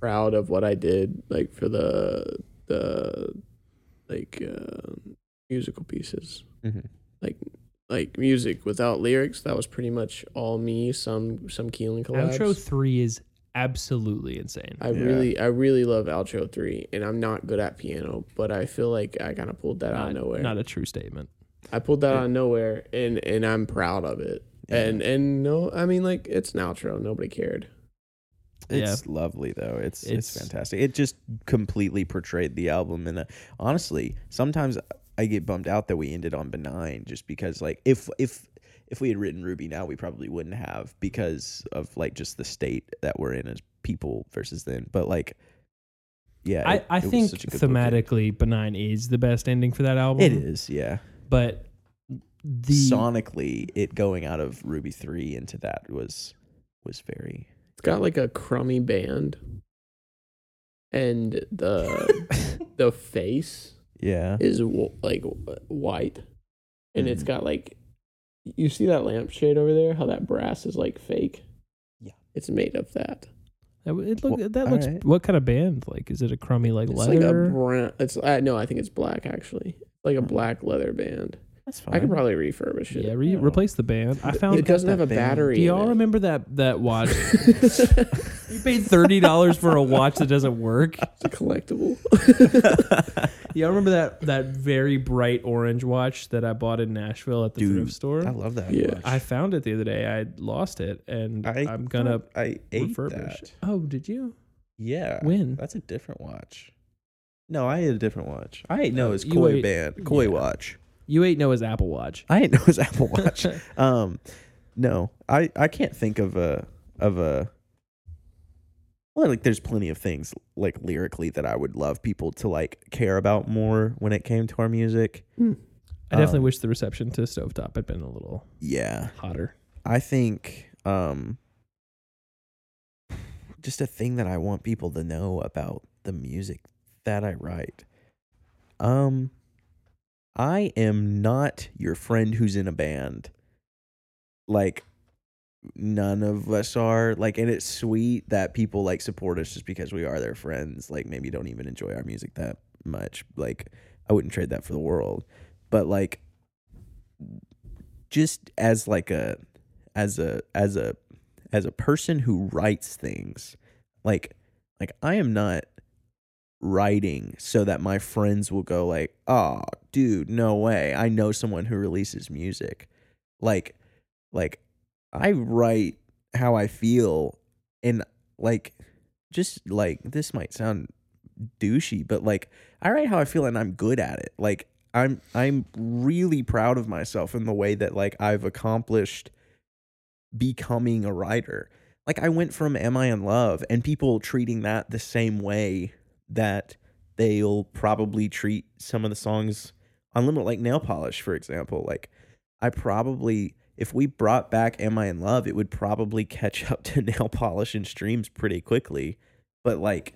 Speaker 3: proud of what I did, like for the the
Speaker 4: like uh, musical pieces,
Speaker 2: Mm-hmm.
Speaker 4: like music without lyrics. That was pretty much all me. Some some Keelan collabs.
Speaker 1: outro three is absolutely insane
Speaker 4: I
Speaker 2: Yeah.
Speaker 4: really I really love outro three, and I'm not good at piano, but I feel like I kind of pulled that out
Speaker 1: not,
Speaker 4: of nowhere.
Speaker 1: not a true statement
Speaker 4: I pulled that
Speaker 2: Yeah.
Speaker 4: out of nowhere, and and I'm proud of it. And and no, I mean like it's an outro. Nobody cared.
Speaker 2: It's lovely though. It's, it's
Speaker 1: It's-
Speaker 2: fantastic. It just completely portrayed the album and honestly, sometimes I get bummed out that we ended on benign just because like if if if we had written Ruby now we probably wouldn't have because of like just the state that we're in as people versus then. But like yeah,
Speaker 1: i,
Speaker 2: it-
Speaker 1: I
Speaker 2: it was
Speaker 1: think
Speaker 2: such a good bookend.
Speaker 1: thematically benign is the best ending for that album
Speaker 2: It is, yeah.
Speaker 1: but the
Speaker 2: Sonically, it going out of Ruby three into that was was very
Speaker 4: It's got like a crummy
Speaker 2: (laughs)
Speaker 4: band, and the the face
Speaker 2: Yeah.
Speaker 4: is w- like w- white, and it's
Speaker 2: Mhm.
Speaker 4: got like you see that lampshade over there. How that brass is like fake.
Speaker 2: Yeah.
Speaker 4: it's made of that.
Speaker 1: (laughs) That, w- it look,
Speaker 2: Well,
Speaker 1: that
Speaker 2: all
Speaker 1: looks.
Speaker 2: right.
Speaker 1: What kind of band? Like, is it a crummy like
Speaker 4: It's like a
Speaker 1: leather?
Speaker 4: brown. It's uh, no, I think it's black actually, like a
Speaker 2: Hmm.
Speaker 4: black leather band.
Speaker 2: That's fine.
Speaker 4: I could probably refurbish it.
Speaker 1: yeah, re-
Speaker 2: Yeah.
Speaker 1: replace the band. I
Speaker 2: It-
Speaker 1: found.
Speaker 4: it doesn't
Speaker 2: that
Speaker 4: have a
Speaker 2: band.
Speaker 4: battery.
Speaker 1: do y'all
Speaker 4: in it.
Speaker 1: remember that
Speaker 2: (laughs)
Speaker 1: that watch? you paid thirty dollars for a watch that doesn't work.
Speaker 4: It's a collectible.
Speaker 1: Y'all remember that that very bright orange watch that I bought in Nashville at the
Speaker 2: Dude,
Speaker 1: thrift store?
Speaker 2: I love that.
Speaker 4: Yeah.
Speaker 2: watch.
Speaker 1: I found it the other day. I lost it, and I am gonna
Speaker 2: thought I ate
Speaker 1: refurbish.
Speaker 2: that.
Speaker 1: it. Oh, did you?
Speaker 2: Yeah.
Speaker 1: When?
Speaker 2: That's a different watch. No, I ate a different watch. I ate no,
Speaker 1: Uh,
Speaker 2: it's
Speaker 1: you
Speaker 2: Koi
Speaker 1: ate-
Speaker 2: band, Koi
Speaker 1: yeah.
Speaker 2: watch.
Speaker 1: You ate Noah's Apple Watch.
Speaker 2: I didn't know it was Apple (laughs)
Speaker 1: (laughs)
Speaker 2: Watch. um, no, I I can't think of a of a. Well, like there's plenty of things like lyrically that I would love people to like care about more when it came to our music.
Speaker 1: Hmm. I definitely
Speaker 2: Um,
Speaker 1: wish the reception to Stovetop had been a little
Speaker 2: Yeah,
Speaker 1: hotter.
Speaker 2: I think um, just a thing that I want people to know about the music that I write. Um, I am not your friend who's in a band. Like, none of us are. Like, and it's sweet that people like support us just because we are their friends. Like, maybe don't even enjoy our music that much. Like, I wouldn't trade that for the world. But like, just as like a as a as a as a person who writes things like like i am not writing so that my friends will go like oh dude no way i know someone who releases music like like i write how i feel and like just like this might sound douchey but like i write how i feel and i'm good at it like i'm i'm really proud of myself in the way that like i've accomplished becoming a writer. Like I went from Am I in Love and people treating that the same way that they'll probably treat some of the songs on Limit, like Nail Polish, for example. Like I probably if we brought back Am I in Love, it would probably catch (laughs) up to Nail Polish and streams pretty quickly. But like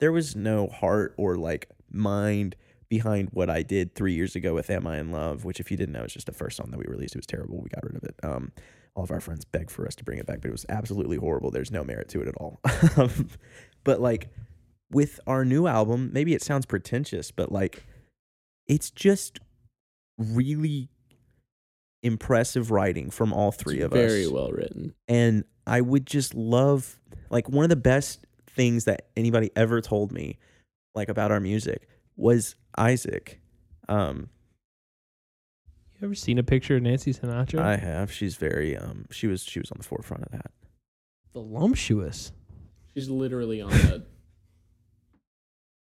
Speaker 2: there was no heart or like mind behind what I did three years ago with Am I in Love, which if you didn't know, it's just the first song that we released. It was terrible. We got rid of it. Um all of our friends begged for us to bring it back, but it was absolutely horrible. There's no merit to it at all. (laughs) Um, but like with our new album, maybe it sounds pretentious, but like it's just really impressive writing from all three
Speaker 3: It's
Speaker 2: of us
Speaker 3: very well written.
Speaker 2: and I would just love like one of the best things that anybody ever told me like about our music was Isaac. Um
Speaker 1: You ever seen a picture of Nancy Sinatra?
Speaker 2: I have she's very um she was she was on the forefront of that.
Speaker 1: Voluptuous.
Speaker 3: She's literally on the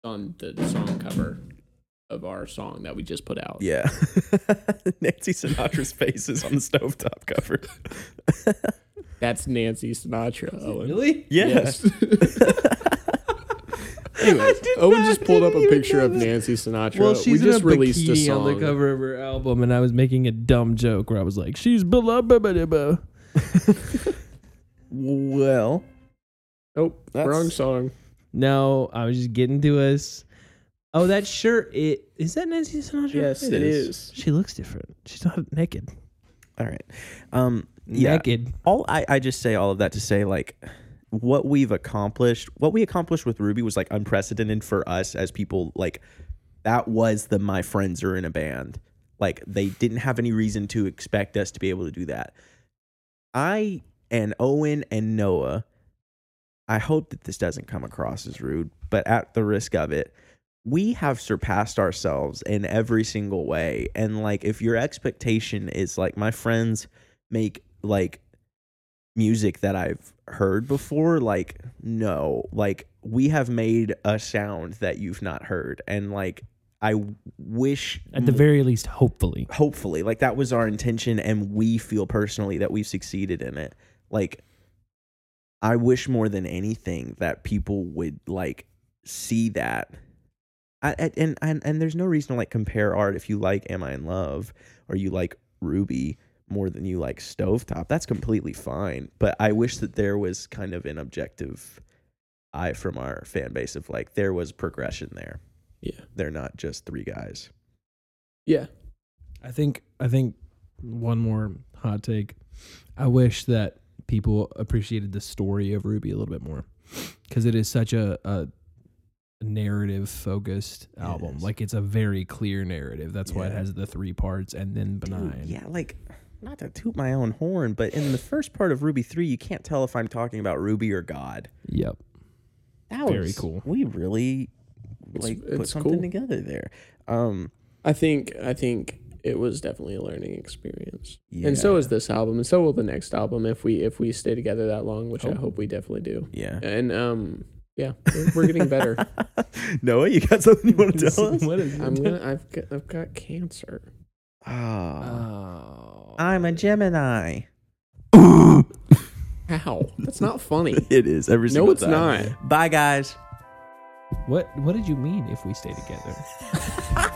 Speaker 3: on the song cover of our song that we just put out.
Speaker 2: Yeah. (laughs) Nancy Sinatra's face is on the stovetop
Speaker 3: (laughs)
Speaker 2: cover.
Speaker 3: That's Nancy Sinatra. Owen.
Speaker 1: Oh, Really?
Speaker 2: Yes.
Speaker 3: (laughs)
Speaker 2: (laughs)
Speaker 3: Anyways,
Speaker 2: did
Speaker 3: Owen
Speaker 2: not-
Speaker 3: just pulled up
Speaker 2: didn't
Speaker 3: a
Speaker 2: even
Speaker 3: picture
Speaker 2: know
Speaker 3: of
Speaker 2: that.
Speaker 3: Nancy Sinatra.
Speaker 1: Well, she's
Speaker 3: we just
Speaker 1: in a
Speaker 3: released a
Speaker 1: bikini
Speaker 3: song.
Speaker 1: on the cover of her album, and I was making a dumb joke where I was like, "She's beloved."
Speaker 2: well,
Speaker 3: Oh,
Speaker 2: That's-
Speaker 3: wrong song.
Speaker 1: No, I was just getting to us. Oh, that shirt. It is that Nancy Sinatra.
Speaker 4: yes,
Speaker 2: It
Speaker 4: it
Speaker 2: is.
Speaker 4: is.
Speaker 1: She looks different. She's not naked.
Speaker 2: all right. Um yeah.
Speaker 1: Naked.
Speaker 2: all I, I just say all of that to say like what we've accomplished what we accomplished with ruby was like unprecedented for us as people like that was the my friends are in a band like they didn't have any reason to expect us to be able to do that i and owen and noah i hope that this doesn't come across as rude but at the risk of it we have surpassed ourselves in every single way and like if your expectation is like my friends make like music that I've heard before. Like, no, like we have made a sound that you've not heard, and like I w- wish
Speaker 1: At the
Speaker 2: m-
Speaker 1: very least, hopefully.
Speaker 2: hopefully like that was our intention and we feel personally that we've succeeded in it like i wish more than anything that people would like see that I, I- and, and and there's no reason to like compare art if you like am i in love or you like ruby more than you like stovetop that's completely fine but i wish that there was kind of an objective eye from our fan base of like there was progression there
Speaker 6: Yeah.
Speaker 2: They're not just three guys.
Speaker 3: Yeah.
Speaker 1: I think I think one more hot take. I wish that people appreciated the story of Ruby a little bit more because it is such a, a narrative focused album.
Speaker 2: Yes.
Speaker 1: Like it's a very clear narrative. That's why it
Speaker 2: Yeah.
Speaker 1: has the three parts and then
Speaker 2: Dude,
Speaker 1: benign.
Speaker 2: yeah, like not to toot my own horn, but in the first part of Ruby three, you can't tell if I'm talking about Ruby or God.
Speaker 1: Yep.
Speaker 2: That
Speaker 1: Very
Speaker 2: was-
Speaker 1: cool.
Speaker 2: We really like put
Speaker 3: it's
Speaker 2: something
Speaker 3: cool.
Speaker 2: together there. Um,
Speaker 3: I think I think it was definitely a learning experience.
Speaker 2: yeah,
Speaker 3: And so is this album, and so will the next album if we if we stay together that long, which I hope we definitely do.
Speaker 2: yeah.
Speaker 3: And um, yeah, we're, we're getting better.
Speaker 2: (laughs) Noah, you got something you (laughs) want to tell us?
Speaker 1: (laughs) what is
Speaker 3: I'm gonna. I've got, I've got cancer.
Speaker 2: Ah,
Speaker 1: Oh.
Speaker 2: I'm a Gemini.
Speaker 3: How? That's not funny.
Speaker 2: It is every single
Speaker 3: no, it's
Speaker 2: time.
Speaker 3: not.
Speaker 2: Bye, guys.
Speaker 1: What What did you mean? If we stay together.